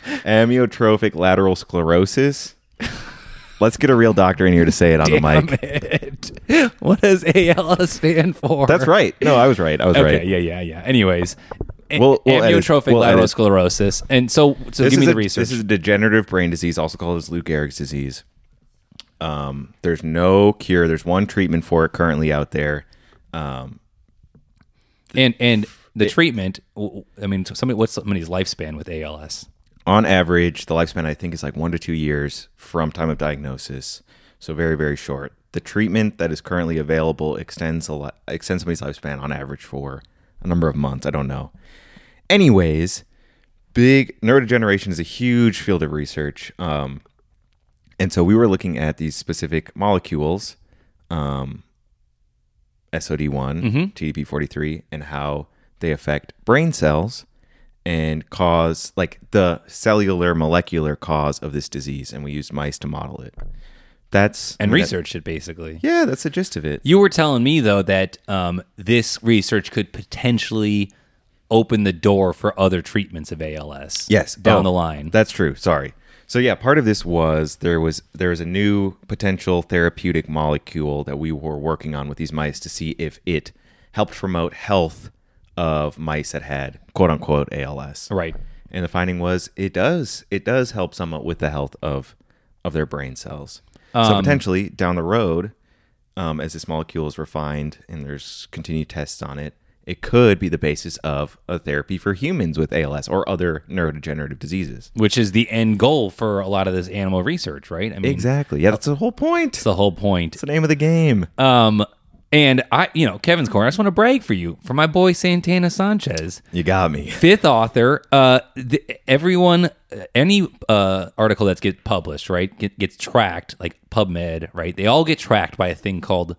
S1: amyotrophic lateral sclerosis. Let's get a real doctor in here to say it on the mic.
S2: what does ALS stand for?
S1: That's right. No, I was right. I was
S2: Okay.
S1: right.
S2: Yeah. Yeah. Yeah. Anyways, a-
S1: We'll- we'll edit.
S2: amyotrophic
S1: We'll
S2: lateral
S1: edit.
S2: sclerosis. And so, so
S1: This
S2: give
S1: is
S2: me the
S1: a-
S2: research.
S1: This is a degenerative brain disease, also called as Lou Gehrig's disease. Um, there's no cure. There's one treatment for it currently out there.
S2: and and the treatment. w- w- I mean, somebody. What's somebody's lifespan with ALS?
S1: on average, the lifespan I think is like one to two years from time of diagnosis, so very very short. The treatment that is currently available extends a li- extends somebody's lifespan on average for a number of months. I don't know. Anyways, big neurodegeneration is a huge field of research, um, and so we were looking at these specific molecules, um, SOD one,
S2: Mm-hmm.
S1: TDP forty three, and how they affect brain cells and cause like the cellular molecular cause of this disease and we used mice to model it that's
S2: And
S1: I mean, that-
S2: research it basically.
S1: yeah that's the gist of it
S2: You were telling me though that um, this research could potentially open the door for other treatments of ALS.
S1: yes Oh,
S2: down the line.
S1: that's true sorry so yeah part of this was there was there was a new potential therapeutic molecule that we were working on with these mice to see if it helped promote health of mice that had quote unquote als
S2: right.
S1: and the finding was it does it does help somewhat with the health of of their brain cells so potentially down the road um, as this molecule is refined and there's continued tests on it it could be the basis of a therapy for humans with als or other neurodegenerative diseases
S2: Which is the end goal for a lot of this animal research, right? I mean,
S1: exactly yeah that's the whole point
S2: that's the whole point.
S1: that's the name of the game
S2: Um, and I, you know, Kevin's corner. I just want to brag for you for my boy Santana Sanchez,
S1: you got me
S2: fifth author. Uh, the, everyone, any uh article that's get published, right, get, gets tracked like PubMed, right? They all get tracked by a thing called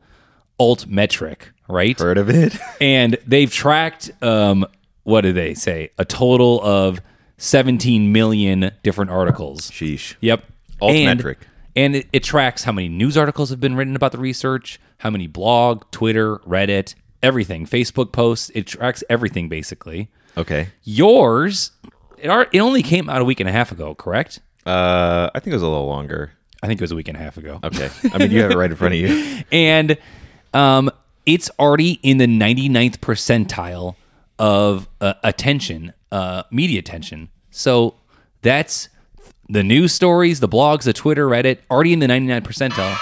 S2: Altmetric, right?
S1: heard of it
S2: And they've tracked, um, what do they say? A total of seventeen million different articles.
S1: sheesh
S2: Yep.
S1: Altmetric.
S2: And, and it, it tracks how many news articles have been written about the research, how many blog, Twitter, Reddit, everything, Facebook posts. It tracks everything basically.
S1: okay
S2: Yours, it, are, it only came out a week and a half ago, correct?
S1: uh i think it was a little longer
S2: I think it was a week and a half ago.
S1: okay i mean you have it right in front of you
S2: And um, it's already in the 99th percentile of uh, attention, uh, media attention. So that's the news stories, the blogs, the Twitter, Reddit, already in the 99th percentile.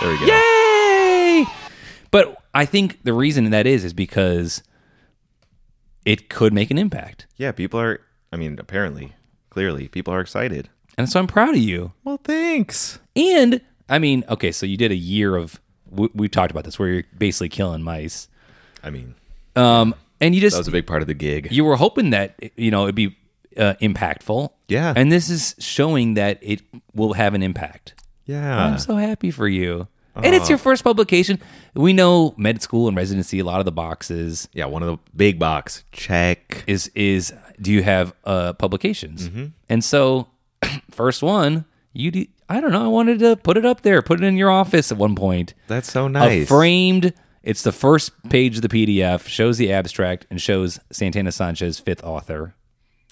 S1: there we go
S2: Yay! But I think the reason that is is because it could make an impact,
S1: yeah people are i mean apparently clearly people are excited
S2: and so I'm proud of you.
S1: Well, thanks.
S2: And I mean, okay, so you did a year of we, we've talked about this, where you're basically killing mice,
S1: I mean,
S2: um, and you
S1: that was
S2: just
S1: a big part of the gig.
S2: you were hoping that you know it'd be uh, impactful.
S1: Yeah.
S2: and this is showing that it will have an impact.
S1: Yeah.
S2: I'm so happy for you. And
S1: Uh.
S2: it's your first publication. We know med school and residency, a lot of the boxes.
S1: Yeah, one of the big box. Check.
S2: is is do you have uh publications
S1: Mm-hmm.
S2: and so first one you do, i don't know i wanted to put it up there put it in your office at one point
S1: That's so nice.
S2: a framed it's the first page of the pdf shows the abstract and shows santana sanchez fifth author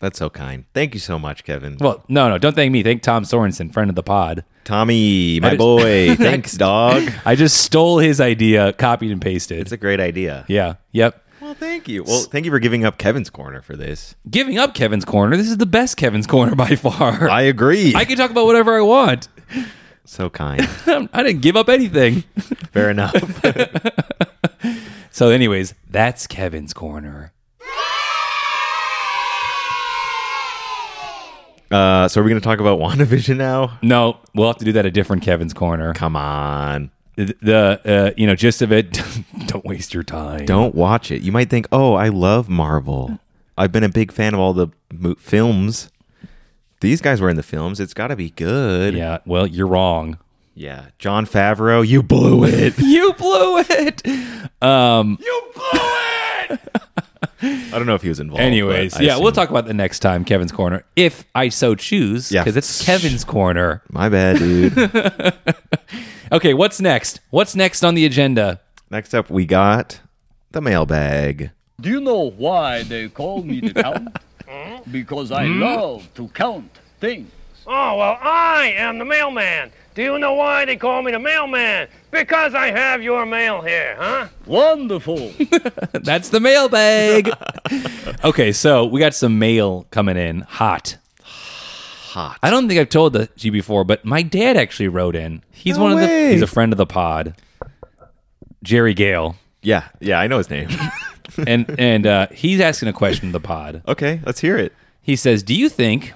S1: That's so kind. Thank you so much, Kevin.
S2: well no no don't thank me thank tom sorensen friend of the pod
S1: Tommy, my
S2: just-
S1: boy. thanks, dog.
S2: i just stole his idea copied and pasted
S1: It's a great idea.
S2: yeah yep
S1: Well, thank you. Well, thank you for giving up Kevin's corner for this.
S2: giving up kevin's corner this is the best kevin's corner by far
S1: I agree.
S2: I can talk about whatever i want
S1: so kind.
S2: i didn't give up anything
S1: Fair enough.
S2: So, anyways, that's Kevin's corner.
S1: Uh, so, are we going to talk about WandaVision now?
S2: No, we'll have to do that a different Kevin's corner.
S1: Come on.
S2: The, the, uh, you know gist of it. don't waste your time.
S1: Don't watch it. You might think, oh, I love Marvel. I've been a big fan of all the mo- films. These guys were in the films. It's got to be good.
S2: Yeah, well, you're wrong.
S1: Yeah. John Favreau, you blew it.
S2: You blew it. Um.
S1: I don't know if he was involved.
S2: Anyways,
S1: but I
S2: yeah, we'll
S1: assume-
S2: talk about the next time Kevin's Corner, if I so choose,
S1: Yeah.
S2: because it's Kevin's Corner.
S1: My bad, dude.
S2: Okay, what's next? What's next on the agenda?
S1: Next up, we got the mailbag.
S6: Do you know why they call me the Count? because I love to count things.
S7: Oh, well, I am the mailman. Do you know why they call me the mailman? Because I have your mail here, huh?
S6: Wonderful.
S2: That's the mailbag. okay, so we got some mail coming in hot. Hot. I don't think I've told the you before, but my dad actually wrote in. He's
S1: No
S2: one of
S1: way.
S2: the he's a friend of the pod. Jerry Gale.
S1: Yeah, yeah, I know his name.
S2: And and uh, he's asking a question to the pod.
S1: okay, let's hear it.
S2: He says, "Do you think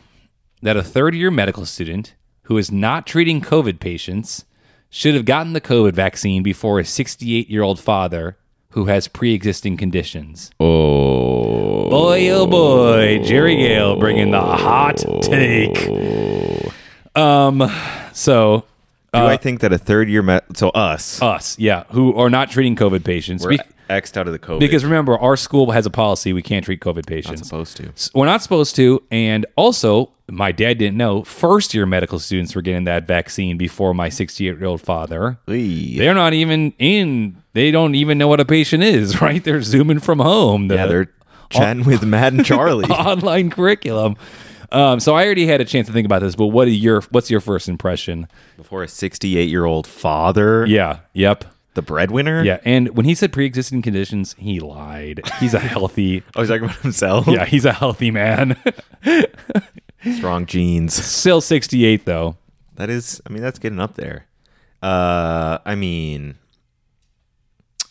S2: that a third-year medical student who is not treating COVID patients should have gotten the COVID vaccine before a 68-year-old father who has pre-existing conditions?" Oh, boy, oh boy, Jerry Gale bringing the hot take. Um, so
S1: Do
S2: Uh,
S1: I think that a third year med- so us
S2: us, yeah, who are not treating COVID patients,
S1: we're
S2: be-
S1: xed out of the COVID
S2: because remember, our school has a policy we can't treat COVID patients.
S1: supposed to.
S2: S- We're not supposed to. And also, my dad didn't know first year medical students were getting that vaccine before my 68 year old father.
S1: Yeah,
S2: They're not even in, they don't even know what a patient is, right? They're zooming from home. The
S1: they're chatting with Matt and Charlie.
S2: online curriculum. Um, so I already had a chance to think about this, but what are your what's your first impression?
S1: Before a 68 year old father,
S2: Yeah, yep,
S1: the breadwinner.
S2: yeah. And when he said pre-existing conditions, he lied. He's a healthy,
S1: Oh, he's talking about himself.
S2: yeah, he's a healthy man.
S1: Strong genes.
S2: Still sixty eight though.
S1: That is, I mean, that's getting up there. Uh, I mean,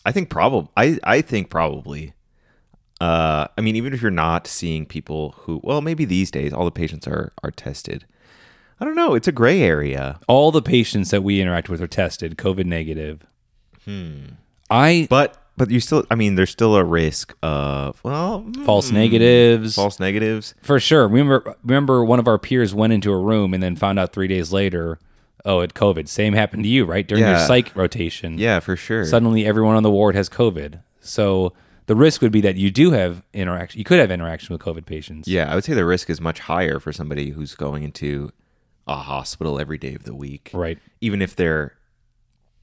S1: I think probably, I, I think probably. Uh, I mean, even if you're not seeing people who, well, maybe these days all the patients are are tested. I don't know. It's a gray area.
S2: all the patients that we interact with are tested COVID negative. Hmm. I
S1: But but you still I mean there's still a risk of well mm,
S2: false negatives
S1: false negatives.
S2: for sure. Remember, remember, one of our peers went into a room and then found out three days later, oh, it COVID. Same happened to you, right? During your
S1: Yeah.
S2: psych rotation,
S1: Yeah, for sure.
S2: Suddenly, everyone on the ward has COVID. So the risk would be that you do have interaction. You could have interaction with COVID patients.
S1: yeah, I would say the risk is much higher for somebody who's going into a hospital every day of the week.
S2: Right.
S1: Even if they're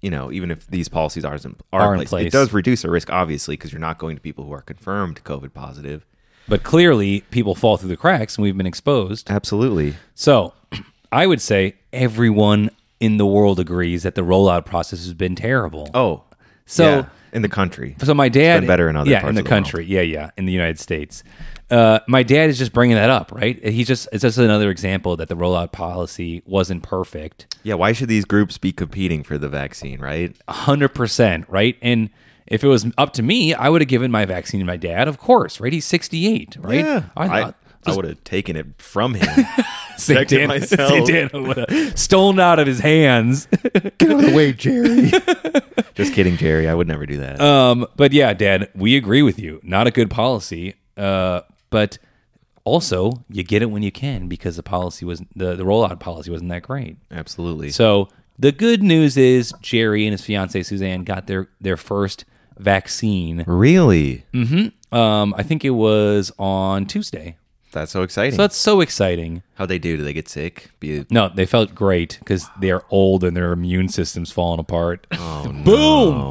S1: you know, even if these policies are in, are
S2: Are in
S1: in, place,
S2: place.
S1: it does reduce the risk obviously because you're not going to people who are confirmed COVID positive.
S2: But clearly, people fall through the cracks, and we've been exposed.
S1: Absolutely.
S2: So I would say everyone in the world agrees that the rollout process has been terrible.
S1: Oh.
S2: so
S1: yeah, in the country.
S2: so my dad
S1: been better in other
S2: yeah
S1: parts
S2: in the
S1: of the world.
S2: country yeah yeah in the United States. Uh, my dad is just bringing that up, right? He's just it's just another example that the rollout policy wasn't perfect,
S1: yeah, why should these groups be competing for the vaccine, right?
S2: hundred percent, right? And if it was up to me, I would have given my vaccine to my dad, of course, right? He's sixty eight, right?
S1: Yeah. I, I,
S2: thought- just
S1: would have taken it from him.
S2: Saint
S1: protected
S2: Dan,
S1: myself.
S2: Saint Dan would have stolen out of his hands.
S1: Just kidding, Jerry. I would never do that.
S2: Um, but yeah, Dad, we agree with you. Not a good policy. Uh, but also, you get it when you can because the policy was the, the rollout policy wasn't that great.
S1: Absolutely.
S2: So the good news is Jerry and his fiancee Suzanne got their their first vaccine.
S1: really?
S2: Um, I think it was on Tuesday.
S1: That's so exciting.
S2: So that's so exciting.
S1: How they do? Do they get sick? Be
S2: No, they felt great because they're old and their immune system's falling apart. boom,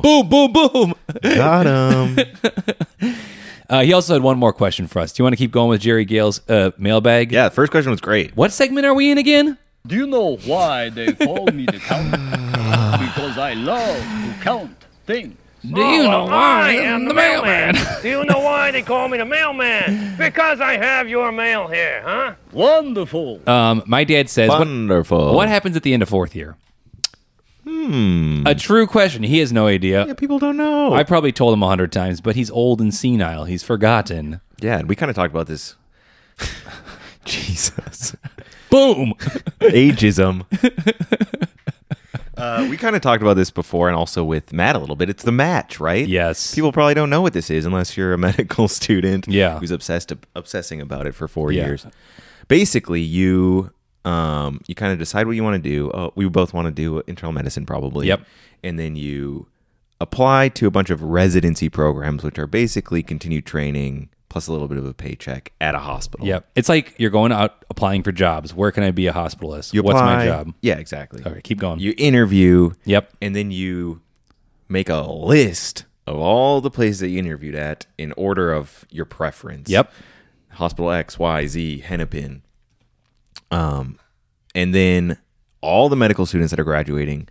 S2: boom, boom, boom.
S1: got him.
S2: Uh, he also had one more question for us. Do you want to keep going with Jerry Gale's uh, mailbag?
S1: yeah, the first question was great.
S2: What segment are we in again?
S6: Do you know why they call me the Count? because I love to count things.
S2: Do you know
S7: Oh, I am the mailman. Do you know why they call me the mailman? Because I have your mail here, huh?
S6: Wonderful.
S2: Um, my dad says, what,
S1: Wonderful.
S2: what happens at the end of fourth year? Hmm. A true question. He has no idea.
S1: People don't know.
S2: I probably told him a hundred times, but he's old and senile. He's forgotten.
S1: yeah, and we kind of talked about this. Jesus.
S2: Boom.
S1: Ageism. Uh, we kind of talked about this before and also with Matt a little bit. It's the match, right?
S2: Yes.
S1: People probably don't know what this is unless you're a medical student
S2: Yeah.
S1: who's obsessed obsessing about it for four
S2: Yeah.
S1: years. basically you um you kind of decide what you want to do. Uh, we both want to do internal medicine probably.
S2: Yep.
S1: And then you apply to a bunch of residency programs, which are basically continued training plus a little bit of a paycheck at a hospital.
S2: Yep. It's like you're going out applying for jobs. Where can I be a hospitalist?
S1: You
S2: What's my
S1: apply-
S2: job?
S1: Yeah, exactly.
S2: Okay, keep going.
S1: You interview.
S2: Yep.
S1: And then you make a list of all the places that you interviewed at in order of your preference.
S2: Yep.
S1: Hospital X, Y, Z, Hennepin. Um, and then all the medical students that are graduating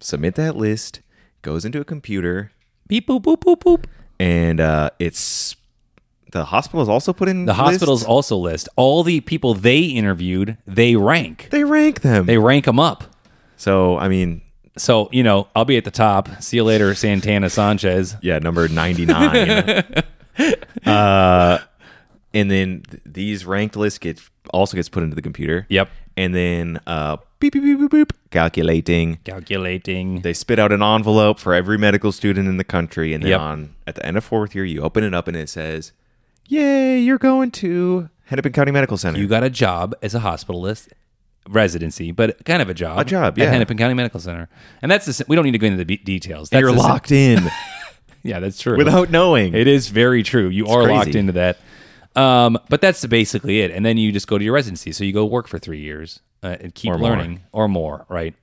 S1: submit that list, goes into a computer,
S2: Beep boop boop boop boop.
S1: and uh, it's the hospital is also put in
S2: The hospitals
S1: lists.
S2: also list all the people they interviewed. They rank.
S1: They rank them.
S2: They rank them up.
S1: so I mean,
S2: So you know, I'll be at the top. See you later, Santana Sanchez.
S1: Yeah, number 99. uh, and then th- these ranked lists get also gets put into the computer.
S2: Yep.
S1: And then uh, beep, beep, beep, beep, beep, calculating.
S2: Calculating.
S1: They spit out an envelope for every medical student in the country. And then
S2: Yep.
S1: on at the end of fourth year, you open it up and it says, Yay, you're going to Hennepin County Medical Center.
S2: You got a job as a hospitalist residency, but kind of a job.
S1: A job,
S2: At
S1: yeah.
S2: Hennepin County Medical Center. And that's the, s- we don't need to go into the be- details. That's
S1: you're
S2: the s-
S1: locked in
S2: Yeah, that's true.
S1: without knowing.
S2: It is very true. You are locked
S1: crazy.
S2: into that. Um, but that's basically it. And then you just go to your residency. So you go work for three years uh, and keep
S1: Or more.
S2: learning or more, right?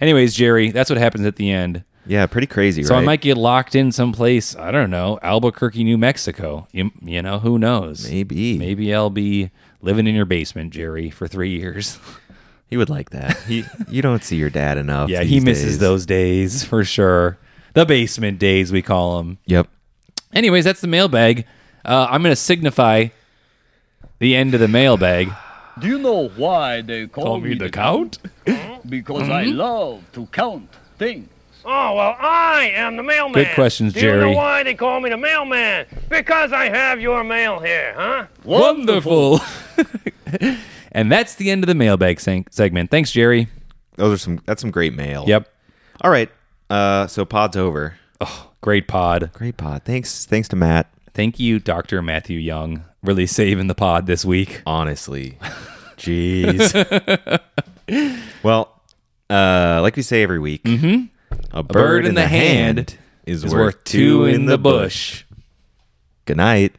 S2: Anyways, Jerry, that's what happens at the end.
S1: yeah, pretty crazy,
S2: So
S1: right?
S2: I might get locked in someplace, I don't know, Albuquerque, New Mexico. You, you know, who knows?
S1: Maybe.
S2: Maybe I'll be living in your basement, Jerry, for three years.
S1: He would like that. He, you don't see your dad enough.
S2: yeah, he
S1: these
S2: misses
S1: days.
S2: those days for sure. The basement days, we call them.
S1: Yep.
S2: Anyways, that's the mailbag. Uh, I'm going to signify the end of the mailbag.
S6: Do you know why they call, me the Hmm?
S2: count?
S6: Because I love to count things.
S7: Oh, well, I am the mailman.
S2: Good questions,
S7: Do you
S2: Jerry.
S7: know why they call me the mailman? Because I have your mail here, huh?
S2: Wonderful. and that's the end of the mailbag seg- segment. Thanks, Jerry.
S1: Those are some, that's some great mail.
S2: Yep.
S1: All right. Uh, so pod's over.
S2: Great pod.
S1: Great pod. Thanks. Thanks to Matt.
S2: Thank you, Dr. Matthew Young. Really saving the pod this week.
S1: Honestly, jeez. well, uh, like we say every week, a, bird
S2: in the hand
S1: is,
S2: It's worth two in the bush.
S1: Good night.